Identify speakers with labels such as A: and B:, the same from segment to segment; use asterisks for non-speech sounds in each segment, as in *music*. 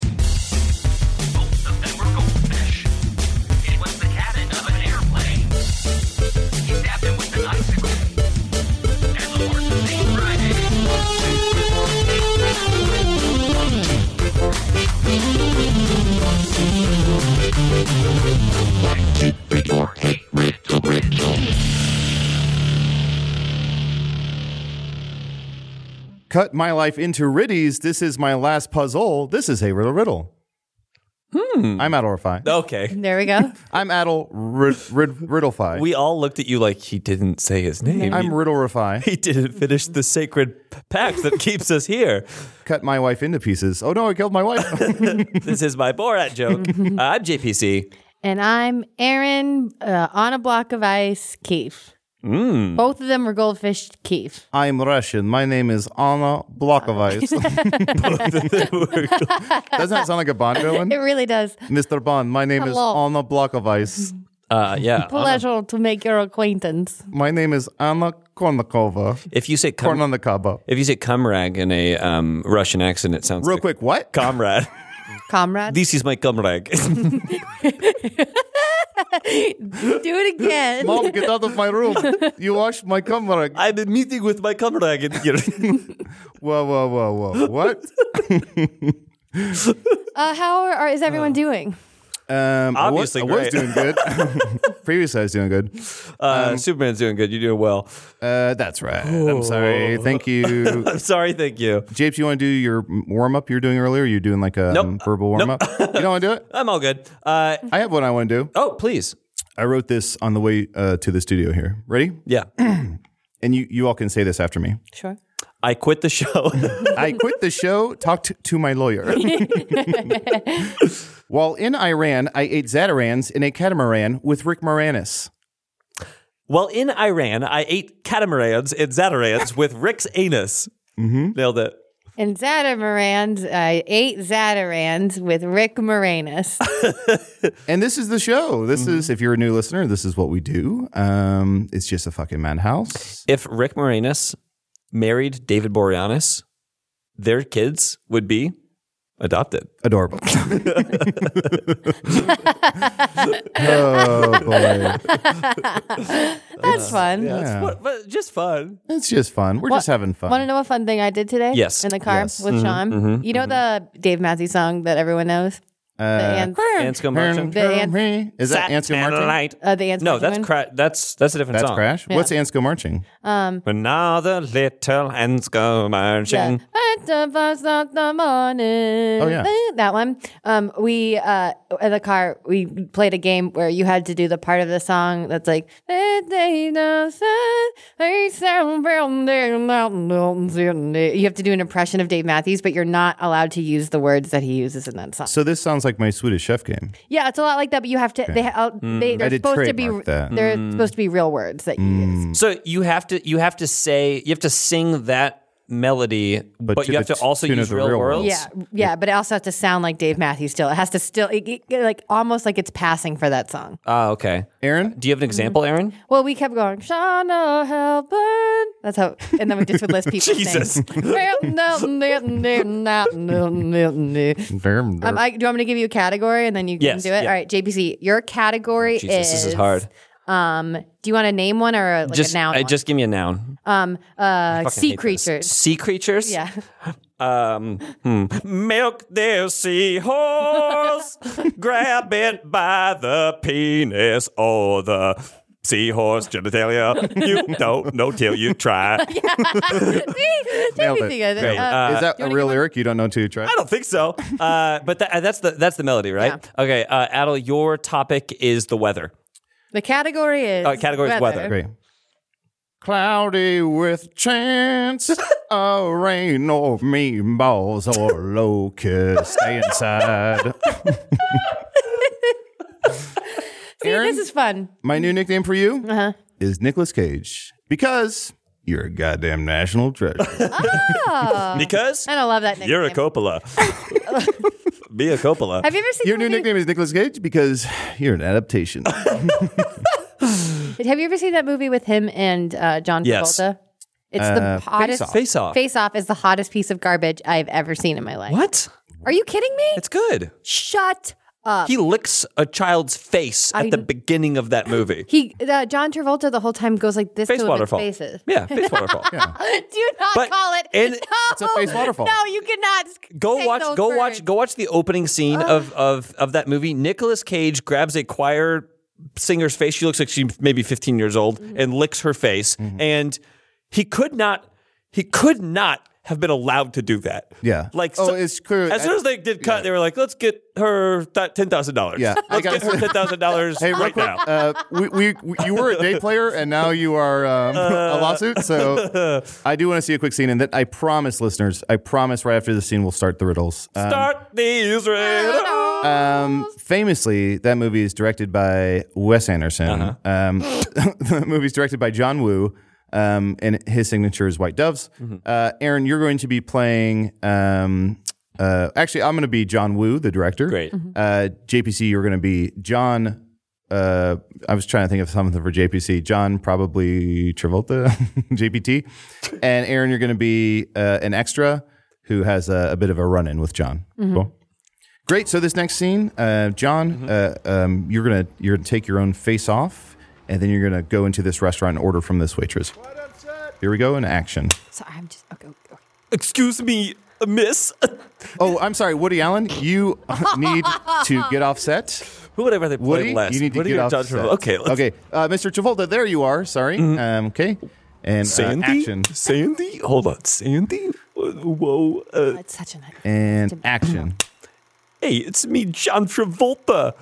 A: Both of them were goldfish. It was the cabin of an airplane. He stabbed him with an icicle. And the horse was named Friday.
B: Cut my life into riddies. This is my last puzzle. This is a riddle riddle. I'm at Orify.
C: Okay.
D: There we go.
B: I'm Adol rid, rid, Riddlefy.
C: We all looked at you like he didn't say his name.
B: I'm Riddlerify.
C: he didn't finish the sacred p- pact that keeps us here.
B: Cut my wife into pieces. Oh no, I killed my wife.
C: This is my Borat joke. Uh, I'm JPC.
D: and I'm Aaron uh, on a block of ice, Keefe.
B: Mm.
D: Both of them were goldfish, Keefe.
B: I'm Russian. My name is Anna Blokovice. Doesn't that sound like a Bond villain?
D: *laughs* It really does.
B: Mr. Bond, my name is
D: Hello.
B: Anna Blokovice.
C: Uh, yeah.
D: Pleasure to make your acquaintance.
B: My name is Anna Kornikova.
C: If you say com-
B: Kornikova.
C: if you say comrade in a um, Russian accent, it sounds
B: Real
C: like
B: quick, what? *laughs*
C: comrade.
D: Comrade,
C: this is my comrade.
D: *laughs* do it again.
B: Mom, get out of my room. You washed my camera.
C: I've been meeting with my comrade in here.
B: *laughs* Whoa, whoa, whoa,
C: *laughs*
B: whoa. What?
D: Uh, how are, are- is everyone
B: Uh.
D: doing?
B: Um, I was-
C: Obviously
B: I was,
C: great.
B: doing
C: *laughs*
B: good. *laughs* Previously, I was doing good.
C: Uh,
B: Um,
C: Superman's doing good. You're doing well. *laughs*
B: Uh, that's right. I'm sorry. Thank you.
C: *laughs* I'm sorry. Thank you.
B: Japes, you want to do your warm up you're doing earlier? You're doing like a
C: Nope.
B: um, verbal warm up?
C: *laughs*
B: you don't want to do it?
C: I'm all good. Uh,
B: I have one I want to do.
C: oh, please.
B: I wrote this on the way uh, to the studio here. Ready? *clears throat*
C: Yeah.
B: And you, you all can say this after me.
D: Sure.
C: I quit the show. *laughs*
B: I quit the show, talked to my lawyer. *laughs* While in Iran, I ate Zatarans in a catamaran with Rick Moranis.
C: Well, in Iran, I ate catamarans and zatarans with Rick's anus. Mm-hmm. Nailed it.
D: And Zatamarans, I ate Zatarans with Rick
B: *laughs*
D: Moranis.
B: And this is the show. This
C: Mm-hmm.
B: is, if you're a new listener, this is what we do. Um, it's just a fucking madhouse.
C: If Rick Moranis married David Boreanaz, their kids would be adopted. *laughs*
B: Adorable. oh, boy.
D: That's fun.
B: Yeah.
C: What, but just fun.
B: It's just fun. We're just having fun.
D: Want to know a fun thing I did today?
C: Yes.
D: In the car
B: Yes. Mm-hmm.
D: with Sean. you know the Dave Matthews song that everyone knows?
B: Uh,
D: the ants,
C: Ants go marching.
D: The ant-
B: is that Ansco Marching?
C: Satellite.
D: uh, the ants
C: No,
D: marching
C: that's
D: one?
C: cra- that's that's a different
B: That's
C: song.
B: Crash? What's Ansco Marching?
C: When all the little ants go marching.
D: At the first of the morning.
B: Oh, yeah.
D: That one. Um, we, uh, in the car, we played a game where you had to do the part of the song that's like, "That day the sun, they sound round their mountains in the-" you have to do an impression of Dave Matthews, but you're not allowed to use the words that he uses in that song.
B: So this sounds like my Swedish Chef game.
D: Yeah, it's a lot like that, but you have to, they, uh, they,
B: Mm, I
D: they're
B: did
D: supposed to be,
B: trademark that. Mm.
D: they're supposed to be real words that you use.
C: So you have to you have to say you have to sing that melody, but,
B: to
C: you have
B: the
C: to also
B: tune of
C: use
B: the
C: real,
B: real
C: worlds.
D: Yeah, yeah, but it also has to sound like Dave Matthews still. It has to still, it, it- like almost like it's passing for that song.
C: Ah, okay.
B: Aaron?
C: Do you have an example, Aaron?
D: Well, we kept going, Shauna Halpern. That's how, and then we just would list
C: *laughs*
D: people.
C: Jesus.
D: um, I, do you want me to give you a category and then you
C: Yes,
D: can do it?
C: yeah. Oh,
D: All right, JPC, your category
C: Jesus,
D: is.
C: this is hard.
D: Um, do you want to name one or like
C: just
D: a noun?
C: I-
D: one?
C: just give me a noun.
D: um,
C: Fucking
D: uh,
C: hate
D: sea
C: this. *laughs*
D: creatures.
C: Sea creatures.
D: Yeah.
C: Um. hmm. Milk their seahorse. *laughs* grab it by the penis or the seahorse genitalia. *laughs* You don't know till you *laughs* try. I
B: Nailed it.
D: JPC, guys,
B: Great.
D: uh,
B: is that a real lyric you don't know until you try? I
C: don't think so. Uh, but that, that's the that's the melody, right? Okay. Uh, Adel, your topic is the weather.
D: The category is
C: Uh, category is weather.
B: Great. Cloudy with
C: *laughs*
B: chance a rain of meatballs or locusts. Stay inside.
D: See, this is fun.
B: My new nickname for you is Nicolas Cage because you're a goddamn national treasure.
C: Uh, *laughs* Because
D: And I love that nickname.
C: you're a *laughs* Coppola. Be a Coppola.
D: Have you ever seen
B: Your
D: the
B: new
D: movie?
B: nickname is Nicolas Cage because you're an adaptation.
D: Have you ever seen that movie with him and uh, John
C: Yes.
D: Travolta? It's
B: Uh,
D: the
B: Face Off.
D: hottest.
C: Face Off.
D: Face Off is the hottest piece of garbage I've ever seen in my life.
C: What?
D: Are you kidding me?
C: It's good.
D: Shut up.
C: He licks a child's face at
D: I-
C: the beginning of that movie.
D: He, uh, John Travolta, the whole time goes like this
C: Face
D: to him
C: waterfall.
D: in faces.
C: Yeah, face waterfall.
D: *laughs* Do not
C: But-
D: call it.
C: and-
D: *laughs* no,
C: It's
B: a face waterfall.
D: No, you cannot.
C: Go
D: take
C: watch
D: those
C: go
D: words.
C: watch go watch the opening scene of, of of that movie. Nicolas Cage grabs a choir singer's face. She looks like she's maybe 15 years old and licks her face.
B: Mm-hmm.
C: And he could not he could not have been allowed to do that.
B: Yeah.
C: Like
B: Oh,
C: so-
B: it's clear.
C: As soon as they did cut, they were like, "Let's get her that ten thousand dollars.
B: Yeah, I
C: let's
B: got-
C: get her ten thousand dollars
B: *laughs* Hey, real
C: right
B: quick,
C: now."
B: uh, we, we, we- you were a day player and now you are um, a lawsuit. So I do want to see a quick scene, and then I promise, listeners, I promise, right after this scene, we'll start the riddles. Um,
C: Start these riddles.
B: Um, famously, that movie is directed by Wes Anderson. Um, *laughs* the movie's directed by John Woo, um, and his signature is White Doves. Uh, Aaron, you're going to be playing. Um, uh, actually, I'm going to be John Woo, the director.
C: Great.
B: Uh, JPC, you're going to be John. Uh, I was trying to think of something for JPC. John, probably Travolta, *laughs* JPT, and Aaron, you're going to be uh, an extra who has a, a bit of a run-in with John. Cool. Great. So this next scene, uh, John, uh,
C: Mm-hmm.
B: um, you're gonna you're gonna take your own face off, and then you're gonna go into this restaurant and order from this waitress. Here we go in action.
D: Sorry, I'm just okay. okay.
C: Excuse me, miss. *laughs*
B: Oh, I'm sorry, Woody Allen. You *laughs* need to get off set.
C: Who would I rather play
B: Woody,
C: last?
B: you need to
C: Woody
B: get
C: or
B: off
C: John
B: set.
C: Travolta? Okay, let's Mm-hmm.
B: okay, uh, Mr. Travolta. There you are. Sorry. Um, okay, and uh,
C: Sandy?
B: action
C: Sandy? Hold on. Sandy? Whoa. Uh,
D: It's such a night.
B: and action.
C: hey, it's me, John Travolta.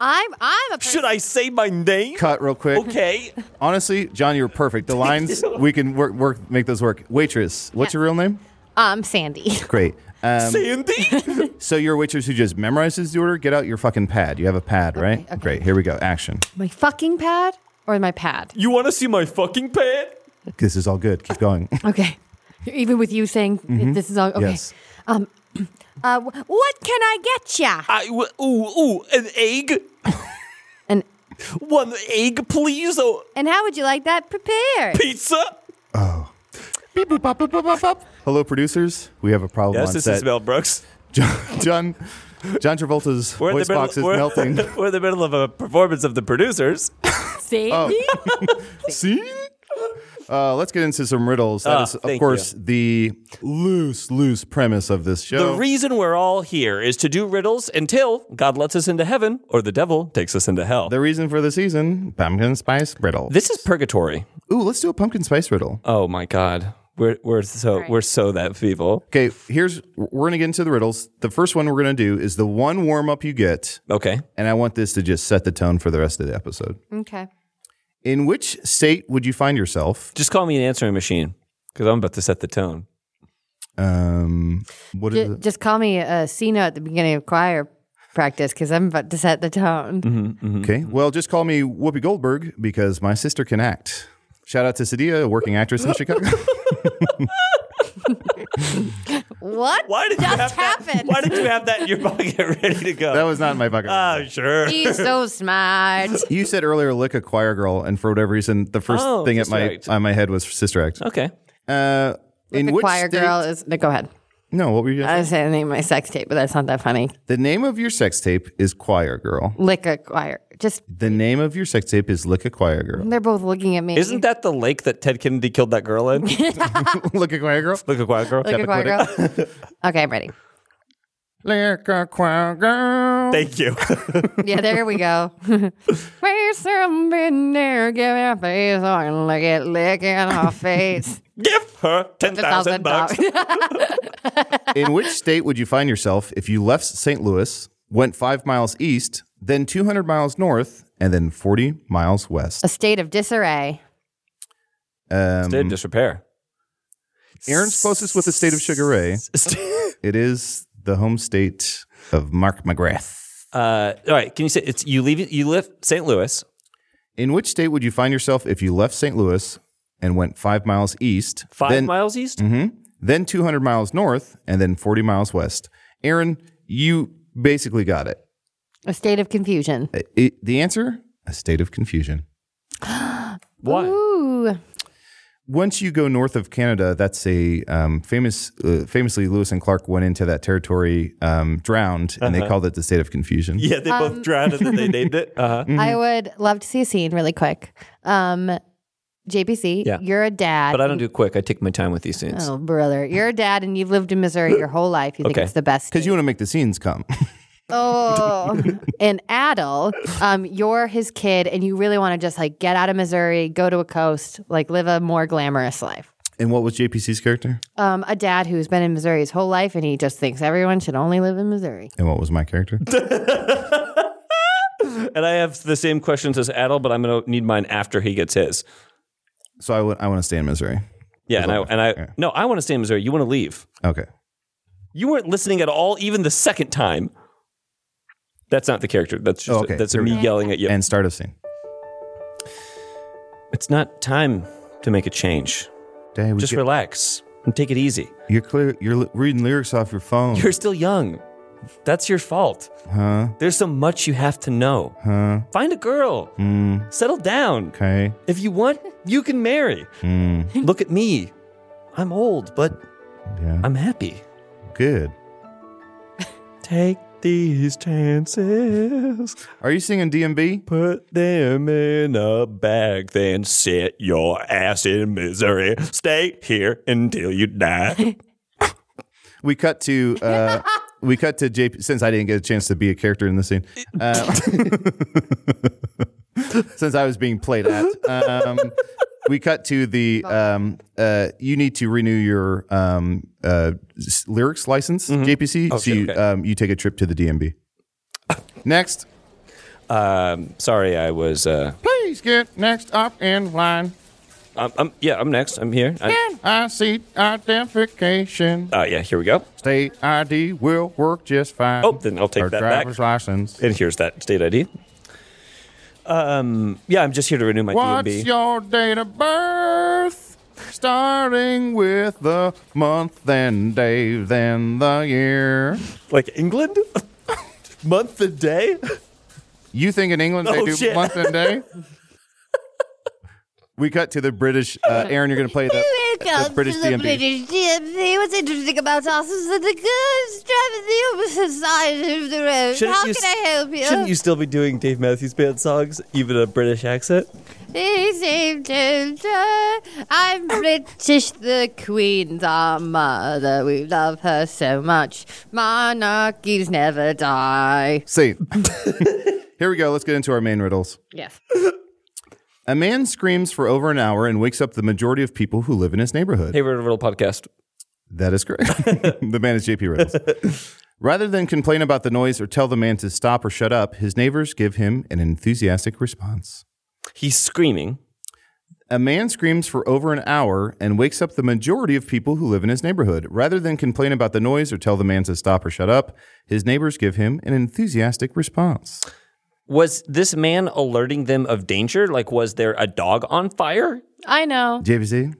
D: I'm I'm a person.
C: Should I say my name?
B: Cut real quick.
C: Okay.
B: Honestly, John, you were perfect.
C: *laughs*
B: The lines we can work, work, make those work. Waitress, what's your real name?
D: um Sandy. *laughs*
B: Great. Um,
C: Sandy?
B: So you're a waitress who just memorizes the order. Get out your fucking pad. You have a pad, right?
D: okay.
B: Great. Here we go. Action.
D: my fucking pad or my pad?
C: you want to see my fucking pad?
B: This is all good. Keep going.
D: Okay. Even with you saying
C: Mm-hmm.
D: this is all okay.
B: Yes.
D: Uh, wh- what can I get ya?
C: I w- ooh, ooh, an egg?
D: And
C: One egg, please? Oh,
D: and how would you like that prepared?
C: pizza?
B: Beep, boop, bop, boop, boop, boop, boop. Hello, producers. We have a problem
C: Yes,
B: on
C: this
B: set.
C: is Mel Brooks.
B: *laughs* John, John, John Travolta's
C: in
B: voice box is
C: we're-
B: melting.
C: *laughs* we're in the middle of a performance of the producers.
D: Sandy.
B: Oh. See? Uh, let's get into some riddles. That
C: Ah,
B: is, of
C: thank
B: course, the loose, loose premise of this show.
C: The reason we're all here is to do riddles until God lets us into heaven or the devil takes us into hell.
B: The reason for the season: pumpkin spice riddle.
C: This is purgatory.
B: Ooh, let's do a pumpkin spice riddle.
C: Oh my God, we're we're so
D: right.
C: we're so that feeble.
B: Okay, here's we're gonna get into the riddles. The first one we're gonna do is the one warm up you get,
C: Okay,
B: and I want this to just set the tone for the rest of the episode.
D: *laughs* Okay.
B: In which state would you find yourself?
C: just call me an answering machine because I'm about to set the tone.
B: Um, what is
D: J-
B: it?
D: just call me a C note at the beginning of choir practice because I'm about to set the tone.
B: Mm-hmm. Okay, well, just call me Whoopi Goldberg because my sister can act. Shout out to Sadia, a working actress
C: *laughs*
B: in Chicago. *laughs*
D: What?
C: Why did you
D: just
C: have that?
D: happened? *laughs*
C: Why did you have that in your pocket ready to
B: that
C: go?
B: was not in my bucket.
C: Oh sure.
D: He's so smart.
B: you said earlier, lick a choir girl, and for whatever reason, the first
C: Oh,
B: thing at
C: sister
B: my
C: act.
B: on my head was sister act.
C: Okay.
B: Uh, *laughs* in
D: the
B: which
D: choir
B: state-
D: girl is. No, go ahead.
B: No, what were you? Gonna
D: I
B: say?
D: was saying the name of my sex tape, but that's not that funny.
B: the name of your sex tape is Choir Girl.
D: Lick a choir. Just
B: The name of your sex tape is Lick a Choir Girl.
D: they're both looking at me.
C: Isn't that the lake that Ted Kennedy killed that girl in?
B: *laughs* Lick a Choir Girl?
C: Look at quiet girl.
D: Lick a choir girl?
B: *laughs*
D: okay, I'm ready.
B: Lick a Choir Girl.
C: Thank you.
D: Yeah, there
C: *laughs*
D: we go. Where's some in there? Give me a face on, look at licking her face.
C: Give her ten *laughs* thousand bucks.
B: In which state would you find yourself if you left St. Louis, went five miles east, then 200 miles north, and then 40 miles west.
D: *laughs* A state of disarray.
B: Um,
C: State of disrepair.
B: Aaron's closest with the state of Sugar Ray. It is the home state of Mark McGrath.
C: Uh, all right. Can you say it's you leave you left St. Louis?
B: In which state would you find yourself if you left St. Louis and went five miles east,
C: Five
B: then, Mm-hmm.
C: miles east.
B: then 200 miles north, and then 40 miles west? Aaron, you basically got it.
D: A state of confusion.
B: I- I- the answer? A state of confusion.
C: Why?
D: Ooh.
B: once you go north of Canada, that's a um, famous, uh, famously Lewis and Clark went into that territory, um, drowned, and they called it the state of confusion.
C: *laughs* Uh-huh. Yeah, they both drowned and then they
B: *laughs*
C: named it. Uh-huh.
D: I would love to see a scene really quick. Um, JPC,
C: Yeah.
D: you're a dad.
C: But I don't do quick. I take my time with these scenes.
D: Oh, *laughs* brother. You're a dad and you've lived in Missouri your whole life. You
C: Okay.
D: think it's the best.
B: Because you want to make the scenes come. *laughs*
C: *laughs*
D: Oh, an adult. Um, you're his kid and you really want to just like get out of Missouri, go to a coast, like live a more glamorous life.
B: and what was JPC's character?
D: Um, a dad who's been in Missouri his whole life and he just thinks everyone should only live in Missouri.
B: And what was my
C: *laughs*
B: character?
C: And I have the same questions as Adel, but I'm gonna need mine after he gets his.
B: so I want to stay in Missouri.
C: Yeah, and I and I
B: Yeah.
C: no, I want to stay in Missouri. You want to leave.
B: Okay.
C: You weren't listening at all, even the second time. That's not the character. That's just
B: Oh, okay.
C: that's
B: Here we
C: me
B: go.
C: yelling at you.
B: And start a scene.
C: it's not time to make a change.
B: Dang, we
C: Just
B: get-
C: relax and take it easy.
B: you're clear. You're li- reading lyrics off your phone.
C: You're still young. That's your fault.
B: huh?
C: There's so much you have to know.
B: Huh?
C: Find a girl.
B: Mm,
C: Settle down.
B: okay.
C: If you want, you can marry.
B: Mm,
C: *laughs* Look at me. I'm old, but
B: yeah.
C: I'm happy.
B: Good.
C: Take these chances.
B: Are you singing DMB?
C: Put them in a bag, then sit your ass in misery. Stay here until you die.
B: we cut to uh, we cut to JP since I didn't get a chance to be a character in the scene. Uh, *laughs* since I was being played at, um, we cut to the um, uh, you need to renew your um, uh, s- lyrics license JPC. so
C: Mm-hmm. Oh, shit,
B: you,
C: okay.
B: um, you take a trip to the
C: *laughs*
B: DMB. next,
C: *laughs* um, sorry, I was. Uh,
B: please get next up in line.
C: I'm, I'm, yeah, I'm next. I'm here. I,
B: NIC identification.
C: uh, yeah, here we go.
B: State ID will work just fine.
C: Oh, then I'll take
B: Our
C: that back.
B: driver's license.
C: And here's that state ID. Um, yeah, I'm just here to renew my E DMB.
B: your date of birth? Starting with the month, then day, then the year.
C: like England? *laughs* Month and
D: *laughs*
C: day?
B: You think in England they
C: Oh,
B: do
C: shit.
B: month and day? *laughs* we cut to the British. *laughs* Uh, Aaron, you're going to play the, the British DMB.
D: What's interesting about us is that the goods drive the opposite side of the road. How
C: you
D: can
C: s-
D: I help you?
C: Shouldn't you still be doing Dave Matthews Band songs, even a British accent?
D: They saved him, uh, I'm British, the Queen's our mother. We love her so much. Monarchies never die.
B: See. *laughs* Here we go. Let's get into our main riddles.
D: Yes.
B: A man screams for over an hour and wakes up the majority of people who live in his neighborhood.
C: Hey, Riddle Riddle podcast.
B: That is correct. *laughs* the man is JP Riddles. Rather than complain about the noise or tell the man to stop or shut up, his neighbors give him an enthusiastic response.
C: He's screaming.
B: A man screams for over an hour and wakes up the majority of people who live in his neighborhood. Rather than complain about the noise or tell the man to stop or shut up, his neighbors give him an enthusiastic response.
C: Was this man alerting them of danger? Like, was there a dog on fire?
D: I know.
B: JVC,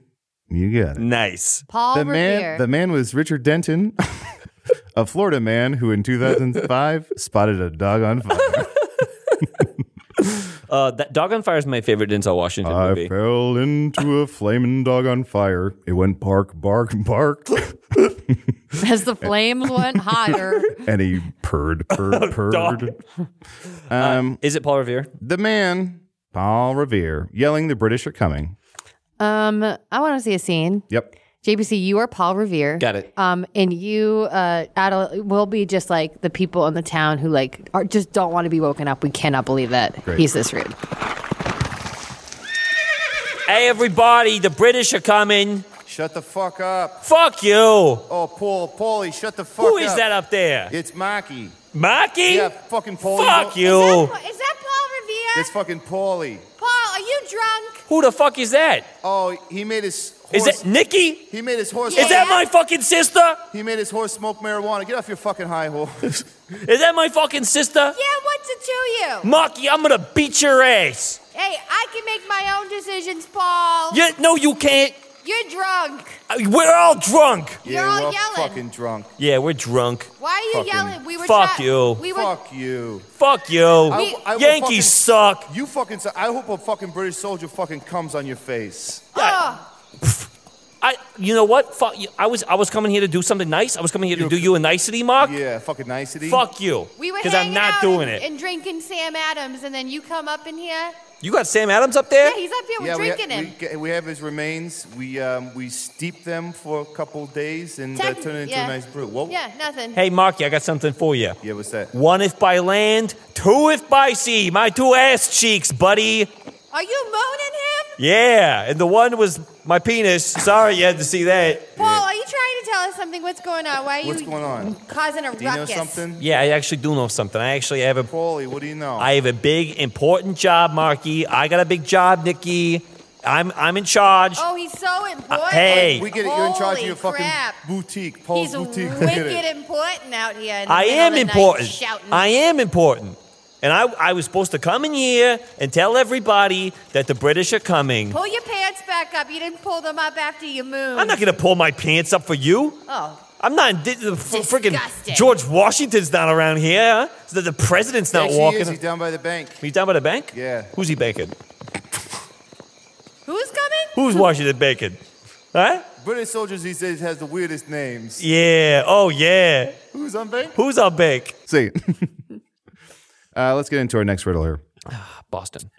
B: you
C: Mm.
B: got it.
C: Nice.
D: Paul
B: The
D: Revere.
B: man, the man was Richard Denton, *laughs* a Florida man who in 2005 spotted a dog on fire.
C: Uh, that dog on fire is my favorite Denzel Washington
B: I
C: movie.
B: fell into a flaming dog on fire. It went bark, bark, bark,
C: *laughs*
D: As the flames
C: *laughs*
D: went higher.
B: and he purred, purred, purred. Um,
C: Is it Paul Revere?
B: the man, Paul Revere, yelling, "The British are coming!"
D: Um, I want to see a scene.
B: Yep.
D: JBC, you are Paul Revere.
C: Got it.
D: Um, and you, uh, Adel, will be just like the people in the town who like are just don't want to be woken up. We cannot believe that
B: Great.
D: he's this rude.
C: Hey, everybody, the British are coming.
B: Shut the fuck up!
C: Fuck you.
B: Oh, Paul, Paulie, shut the fuck
C: Who is that up there?
B: It's Mikey.
C: Marky?
B: fucking Paulie.
C: Fuck you.
D: Is that Paul Revere? Santa?
B: It's fucking Paulie.
D: Paul, are you drunk?
C: Who the fuck is that?
B: Oh, he made his
C: Is
B: horse.
C: that Nikki?
B: he made his horse.
D: Yeah.
C: Is that my fucking sister?
B: He made his horse smoke marijuana. Get off your fucking high
C: *laughs*
B: horse.
C: Is that my fucking sister?
D: Yeah, what's it to you?
C: Marky, I'm gonna beat your ass.
D: Hey, I can make my own decisions, Paul.
C: You, no, you can't.
D: You're drunk.
C: Uh, We're all drunk.
D: You're
B: yeah,
D: all
B: we're all
D: yelling.
B: fucking drunk.
C: Yeah, we're drunk.
D: Why are you
B: Fucking-
D: yelling? We were
C: Fuck
D: try-
C: you.
D: We were
B: Fuck you.
C: Fuck you.
B: I- I will
C: Yankees
B: fucking-
C: suck.
B: You fucking. su- I hope a fucking British soldier fucking comes on your face.
D: Oh,
C: I, you know what? Fuck you. I was, I was coming here to do something nice. I was coming here to do you a nicety, Mark.
B: Yeah, fucking nicety.
C: Fuck you.
D: we were
C: Because
D: hanging
C: I'm not
D: out
C: doing
D: and,
C: it.
D: and drinking Sam Adams, and then you come up in here.
E: You got Sam Adams up there?
D: Yeah, he's up here. We're
B: Yeah, we,
D: drinking
B: ha- we,
D: him.
B: ge- we have his remains. We um, we steep them for a couple days and uh,
D: Techni-
B: turn it into
D: yeah.
B: a nice brew. What?
D: Yeah, nothing.
C: hey, Marky, I got something for you.
B: Yeah, what's that?
C: One if by land, two if by sea. My two ass cheeks, buddy.
D: Are you moaning him?
C: Yeah, and the one was my penis. Sorry you had to see that.
D: Paul, are you trying to tell us something? What's going on? Why are
B: What's
D: you
B: going on?
D: causing a
B: Do you know
D: ruckus?
B: something?
C: Yeah, I actually do know something. I actually have a
B: Paulie, what do you know?
C: I have a big important job, Marky. I got a big job, Nikki. I'm I'm in charge.
D: Oh, he's so important.
C: hey.
B: we get it. You're in charge of your
D: Holy
B: fucking
D: crap.
B: boutique. Paul's *laughs*
D: He's
B: boutique. Look at
D: wicked
B: it.
D: important out here. in the
C: I
D: middle
C: am
D: of the night
C: important.
D: Shouting.
C: I am important. And I, I was supposed to come in here and tell everybody that the British are coming.
D: Pull your pants back up. You didn't pull them up after you moved.
C: I'm not going to pull my pants up for you.
D: Oh,
C: I'm not. in- The freaking
D: Disgusting.
C: George Washington's not around here. The, the president's not
B: Actually, he
C: walking.
B: is. He's down by the bank.
C: He's down by the bank?
B: Yeah.
C: Who's he banking?
D: who's coming?
C: Who's Washington banking? Huh?
B: British soldiers these days has the weirdest names.
C: Yeah. Oh, yeah.
B: Who's on bank?
C: Who's our bank?
B: See. *laughs* uh, let's get into our next riddle here.
C: Boston.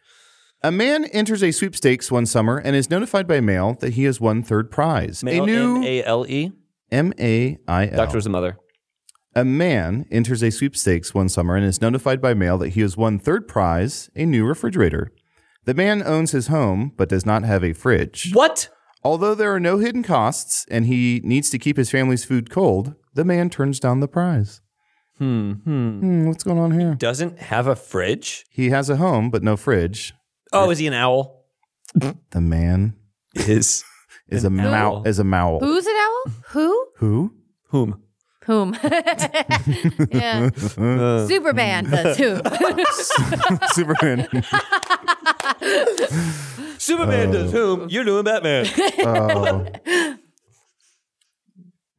B: A man enters a sweepstakes one summer and is notified by mail that he has won third prize. a new
C: M-A-L-E.
B: M A I L.
C: E? Doctor was the mother.
B: A man enters a sweepstakes one summer and is notified by mail that he has won third prize, a new refrigerator. The man owns his home but does not have a fridge.
C: What?
B: Although there are no hidden costs and he needs to keep his family's food cold, the man turns down the prize. Hmm, hmm. What's going on here?
C: Doesn't have a fridge?
B: He has a home but no fridge.
C: Oh, is he an owl?
B: The man
C: Is.
B: is a mow
C: owl.
B: is a mowl.
D: Who's an owl? Who?
B: Who?
C: Whom?
D: Whom? *laughs* yeah. Superman says who?
B: *laughs* Superman.
C: Superman does whom? You're doing Batman. *laughs*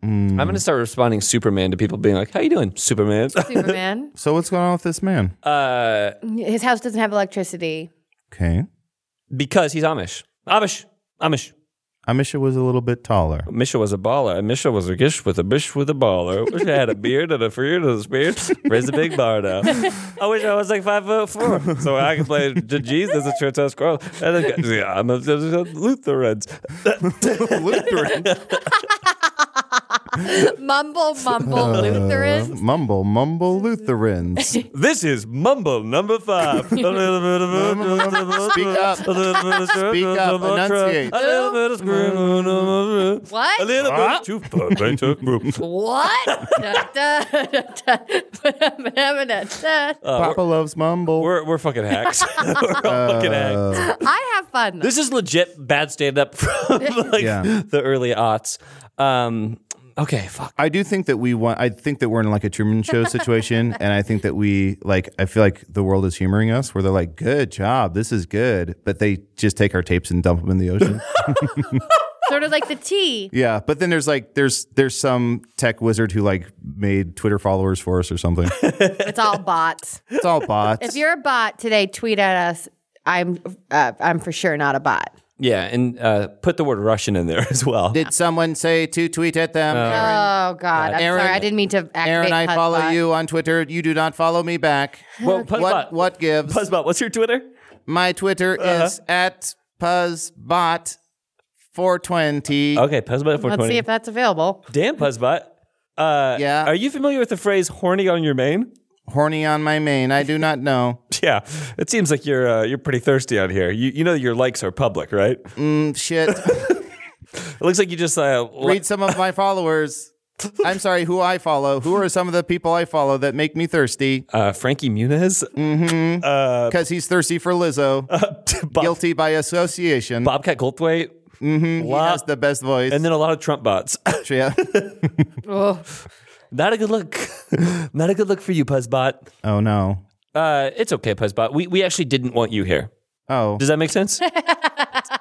C: I'm going to start responding Superman to people being like, how you doing, Superman? *laughs*
D: *laughs* Superman.
B: so what's going on with this man?
C: uh,
D: His house doesn't have electricity.
B: Okay.
C: because he's Amish. Amish. Amish.
B: I wish it was a little bit taller.
C: Misha was a baller. And Misha was a gish with a bish with a baller. Wish I had a beard and a beard and a beard. Raise a big bar now. I wish I was like five foot four so I could play the Jesus at Church House Cross. And I got- yeah, I'm a, *laughs* Lutherans.
B: Lutheran.
D: Mumble, mumble, Lutheran.
B: mumble, mumble
C: *laughs*
B: Lutherans.
C: This is Mumble number *laughs* five. Speak Uh,
B: up. Speak up. Enunciate.
C: A little bit of screw. A
D: What?
C: little bit of too
B: *laughs*
D: What? Da, da, da, da, da, da, da.
B: Papa loves mumble.
C: *laughs* We're, we're fucking hacks. *laughs* we're all fucking hacks.
D: I have fun.
C: This is legit bad stand up *laughs* from like
B: Yeah.
C: the early aughts. Um, okay, fuck.
B: I do think that we want. I think that we're in like a Truman Show
C: *laughs*
B: situation, and I think that we like. I feel like the world is humoring us, where they're like, "Good job, this is good," but they just take our tapes and dump them in the ocean.
C: *laughs*
D: sort of like the tea.
B: yeah, but then there's like there's there's some tech wizard who like made Twitter followers for us or something.
C: *laughs*
D: It's all bots.
B: It's all bots.
D: If you're a bot today, tweet at us. I'm uh, I'm for sure not a bot.
C: Yeah, and uh, put the word Russian in there *laughs* as well.
B: Did someone say to tweet at them?
C: Uh,
D: Oh God, I'm
B: Aaron-
D: sorry. I didn't mean to activate.
B: Aaron, I follow
D: HubSpot.
B: you on Twitter. You do not follow me back.
C: *laughs* Well, Puzzbot.
B: What what gives?
C: Puzzbot, Uh-huh. what's your Twitter?
B: My Twitter is at puzzbot420.
C: Okay, Puzzbot
D: Let's
C: 420.
D: see if that's available.
C: Damn, Puzzbot. Uh,
B: Yeah.
C: Are you familiar with the phrase horny on your mane?
B: Horny on my mane. I do not know.
C: *laughs*
B: *laughs*
C: Yeah, it seems like you're uh, you're pretty thirsty out here. You you know your likes are public, right? *laughs*
B: Mm, shit.
C: It looks like you just uh, li-
B: Read some of my followers.
F: I'm sorry, who I follow. Who are some of the people I follow that make me thirsty?
C: Uh, Frankie Muniz,
F: Mm.
C: Uh,
F: Because he's thirsty for
C: *laughs*
F: Lizzo.
C: Bob-
F: Guilty by association.
C: Bobcat Goldthwait,
F: Mm-hmm. He has the best voice.
C: and then a lot of Trump bots. *laughs*
F: Yeah.
D: Oh,
C: Not a good look. *laughs* Not a good look for you, Puzzbot.
F: oh no.
C: Uh, it's okay, Puzzbot. We we actually didn't want you here.
F: Oh,
C: Does that make sense?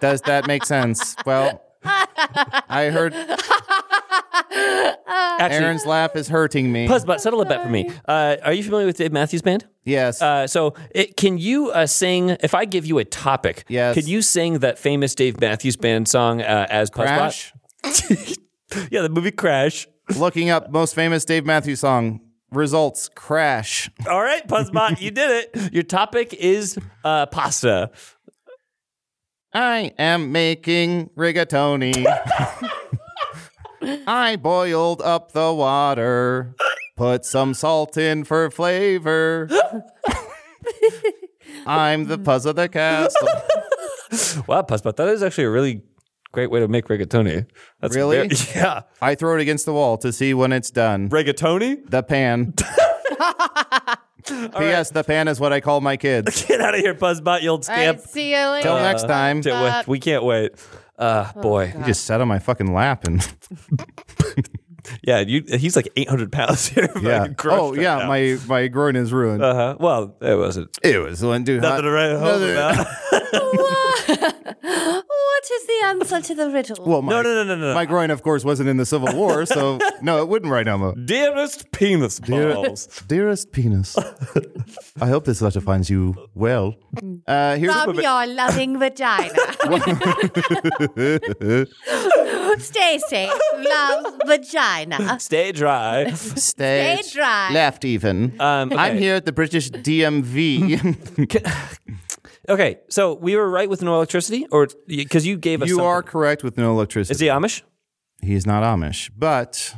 F: does that make sense? Well, I heard
C: Actually,
F: Aaron's laugh is hurting me.
C: Puzzbot, settle a bet for me. Uh, are you familiar with Dave Matthews Band?
F: Yes.
C: Uh, so, it, can you uh, sing? If I give you a topic,
F: Yes.
C: could you sing that famous Dave Matthews Band song uh, as
F: Crash.
C: Puzzbot? *laughs* Yeah, the movie Crash.
F: Looking up most famous Dave Matthews song. Results crash.
C: All right, Puzzbot, you did it. Your topic is uh, pasta.
F: I am making rigatoni. I boiled up the water, put some salt in for flavor. I'm the puzz of the castle.
C: Wow, Puzzbot, that is actually a really great way to make rigatoni. That's
F: Really?
C: very- *laughs* yeah,
F: I throw it against the wall to see when it's done.
C: rigatoni.
F: The
C: *laughs*
F: pan. P.S. The pan is what I call my kids.
C: Get out of here, Puzzbot, you old
D: all right,
C: scamp.
D: see you later.
F: Till
C: Uh,
F: next time.
C: Can't wait. We can't wait. Uh, boy,
F: You just sat on my fucking lap
C: *laughs*
F: and
C: yeah, you, he's like 800 pounds *laughs* here.
F: yeah. Oh yeah, my my groin is ruined.
C: Uh huh. Well, it wasn't.
F: it was one too
C: Nothing
F: hot.
C: to write home
F: Nothing-
C: *laughs* about.
D: what is the answer to the riddle?
F: Well, my,
C: No, no, no, no, no.
F: My groin, of course, wasn't in the
C: *laughs*
F: Civil War, so no, it wouldn't right now.
C: Dearest penis
F: *laughs*
C: balls.
F: Dearest penis, I hope this letter finds you well. Uh, here's
D: From your loving
B: *laughs*
D: vagina. *laughs* Stay safe. Love vagina.
C: Stay dry.
F: stage
D: Stay dry.
F: left even.
C: Um,
F: I'm
C: okay.
F: here at the British
C: *laughs*
F: DMV.
C: Okay, so we were right with no electricity, or because you gave us.
F: you are
C: something.
F: correct with no
C: Is
F: electricity.
C: he Amish?
F: He's not Amish, but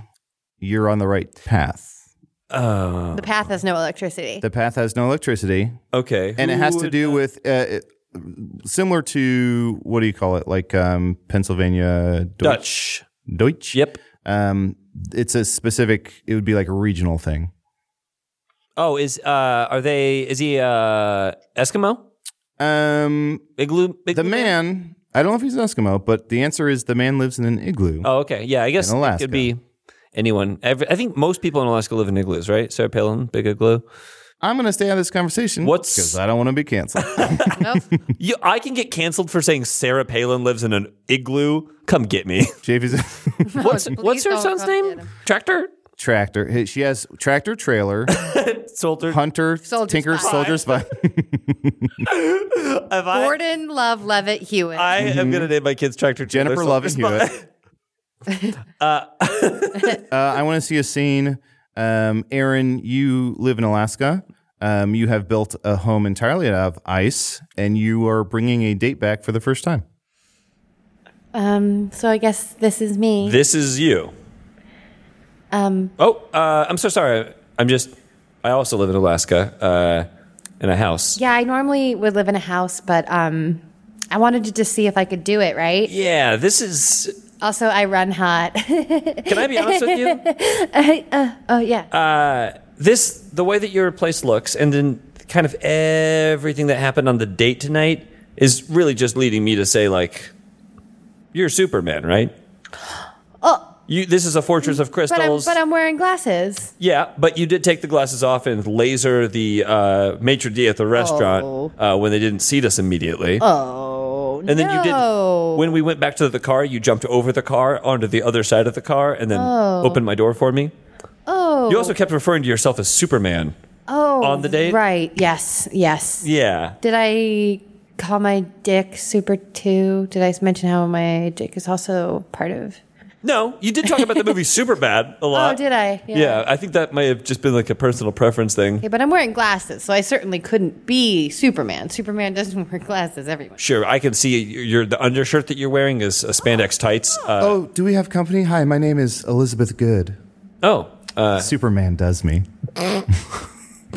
F: you're on the right path.
C: Oh,
D: The path has no electricity.
F: The path has no electricity,
C: okay.
F: and it has to
C: Who
F: do with uh, it- similar to what do you call it, like um, Pennsylvania
C: would- Dutch.
F: Deutsch.
C: Yep.
F: Um, it's a specific. It would be like a regional thing.
C: Oh, is uh, are they? Is he uh, Eskimo?
F: Um,
C: Igloo.
F: the
C: igloo
F: man. I don't know if he's an Eskimo, but the answer is the man lives in an igloo.
C: Oh, okay. Yeah, I guess
F: In
C: it could be anyone. Every, I think most people in Alaska live in igloos, right? Sarah Palin, big igloo.
F: I'm going to stay out of this conversation.
C: What's-
F: because I don't want to be
C: *laughs*
F: canceled.
C: You, I can get canceled for saying Sarah Palin lives in an igloo. Come get me.
F: Jv's
C: *laughs* What's what's her
D: don't
C: son's
D: come
C: name?
D: get him.
C: Tractor.
F: *laughs* tractor. He- She has tractor
C: *laughs*
F: trailer,
C: Soldier.
F: hunter,
D: Soldier's
F: tinker,
D: spy.
F: soldier spy.
C: If I,
D: Gordon Love Levitt Hewitt.
C: I am gonna name my kids Tractor. Trailer Soldier
F: Mm-hmm. Jennifer Love
C: Spy.
F: Hewitt. uh, I want to see a scene. Um, Aaron, you live in Alaska. Um, you have built a home entirely out of ice, and you are bringing a date back for the first time.
D: um, so I guess this is
C: *laughs*
D: me.
C: This is you.
D: um,
C: Oh, uh, I'm so sorry. I'm just. I also live in Alaska uh, in a house.
D: yeah, I normally would live in a house, but um, I wanted to just see if I could do it, right?
C: Yeah, this is.
D: Also, I run hot. *laughs*
C: Can I be honest with you?
D: oh, yeah.
C: this the way that your place looks and then kind of everything that happened on the date tonight is really just leading me to say like you're superman right
D: oh,
C: you this is a fortress of
D: but I'm,
C: crystals
D: but I'm wearing glasses.
C: yeah but you did take the glasses off and laser the uh, maitre d at the restaurant uh, when they didn't seat us immediately
D: Oh,
C: and then you
D: no.
C: did when we went back to the car you jumped over the car onto the other side of the car and then opened my door for me
D: Oh,
C: you also kept referring to yourself as superman
D: oh,
C: on the date?
D: Right. Yes. Yes.
C: yeah
D: Did I call my dick Super 2? Did I mention how my dick is also part of?
C: No, you did talk about the movie *laughs* Superbad a lot.
D: Oh, did I?
C: Yeah, I think that may have just been like a personal preference thing.
D: Okay, but I'm wearing glasses, so I certainly couldn't be Superman. Superman doesn't *laughs* wear glasses, everyone.
C: Sure, I can see your the undershirt that you're wearing is uh, spandex tights. Uh,
F: Oh, do we have company? Hi, my name is Elizabeth Good.
C: oh, uh,
F: Superman does me.
D: Oh!
C: *laughs*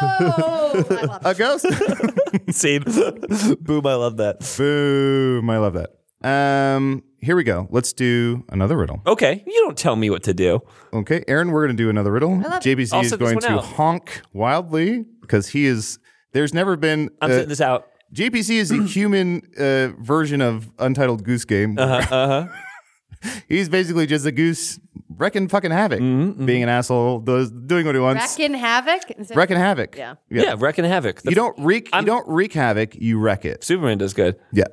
F: A ghost. *laughs*
C: scene. Boom! I love that.
F: Boom! I love that. Um, here we go. Let's do another riddle.
C: Okay, you don't tell me what to do.
F: Okay, Aaron, we're going to do another riddle. JBC is
C: Also, this
F: going
C: one
F: to
C: out.
F: honk wildly because he is. There's never been.
C: I'm
F: uh,
C: sitting this out.
F: JPC
C: *clears throat*
F: is the human uh, version of Untitled Goose Game.
C: Uh-huh,
F: *laughs* He's basically just a goose wrecking fucking havoc,
C: Mm-hmm,
F: being an asshole, does doing what he wants,
D: Wrecking havoc. Is it-
F: wrecking havoc.
D: Yeah.
F: yeah.
C: Yeah, wrecking havoc. The
F: You don't wreak. you don't wreak havoc. You wreck it.
C: Superman does good.
F: Yeah.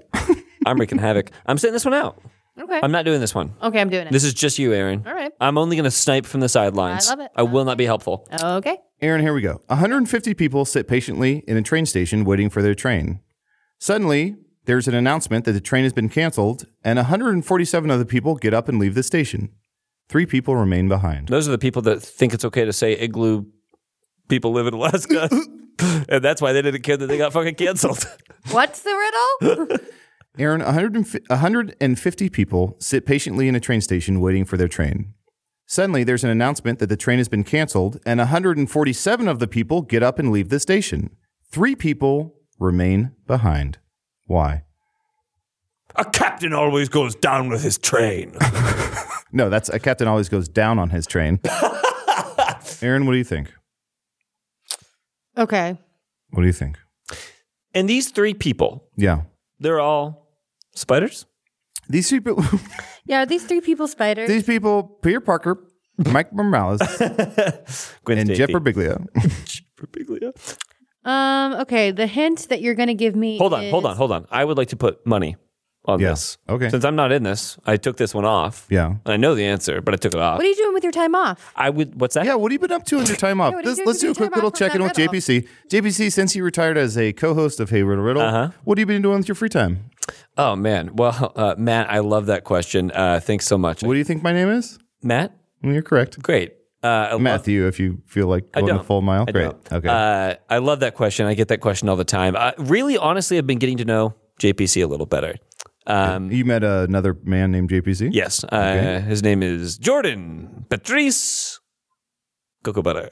C: I'm wreaking havoc. I'm sitting this one out.
D: Okay.
C: I'm not doing this one.
D: okay, I'm doing it.
C: This is just you, Aaron.
D: All right.
C: I'm only going to snipe from the sidelines.
D: I love it.
C: I will not be helpful.
D: okay.
F: Aaron, here we go. 150 people sit patiently in a train station waiting for their train. Suddenly, there's an announcement that the train has been canceled, and 147 other people get up and leave the station. Three people remain behind.
C: Those are the people that think it's okay to say igloo people live
G: *laughs*
C: in Alaska. and that's why they didn't care that they got fucking canceled.
D: What's the
C: *laughs*
D: riddle?
F: Aaron, 150 150 people sit patiently in a train station waiting for their train. Suddenly, there's an announcement that the train has been canceled, and 147 of the people get up and leave the station. Three people remain behind. Why?
G: A captain always goes down with his train.
F: No, that's a captain always goes down on his
C: *laughs*
F: train. Aaron, what do you think?
D: okay.
F: What do you think?
C: and these three people,
F: Yeah.
C: they're all spiders?
F: These people, *laughs*
D: Yeah, are these three people spiders?
F: these people, Peter Parker,
C: *laughs*
F: Mike Morales,
C: Gwen
F: and Jeff
C: Stacy.
F: Birbiglia. *laughs*
C: Birbiglia.
D: um, okay, the hint that you're going to give me
C: Hold on,
D: is-
C: hold on, hold on. I would like to put money on
F: Yeah.
C: this.
F: Okay.
C: Since I'm not in this, I took this one off.
F: Yeah.
C: And I know the answer, but I took it off.
D: What are you doing with your time off?
C: I would, what's that?
F: Yeah, what have you been up to in your time off?
D: Yeah, what have
F: let's
D: you been
F: let's do
D: doing
F: a
D: with your
F: quick
D: time
F: little
D: off
F: check in
D: from
F: with
D: that riddle?
F: JPC. JPC, since you retired as a co-host of Hey Riddle Riddle,
C: Uh-huh.
F: what have you been doing with your free time?
C: Oh, man. Well, *laughs* uh, Matt, I love that question. Uh, thanks so much.
F: What do you think my name is?
C: Matt?
F: Well, you're correct,
C: Great. Uh, I love-
F: Matthew. If you feel like
C: I
F: going the
C: don't.
F: full mile,
C: I
F: great.
C: don't.
F: Okay,
C: Uh, I love that question. I get that question all the time. Uh, really, honestly, I've been getting to know JPC a little better. Um,
F: you met another man named JPC.
C: Yes. Uh, His name is Jordan Patrice Cocoa
F: *laughs*
C: Butter.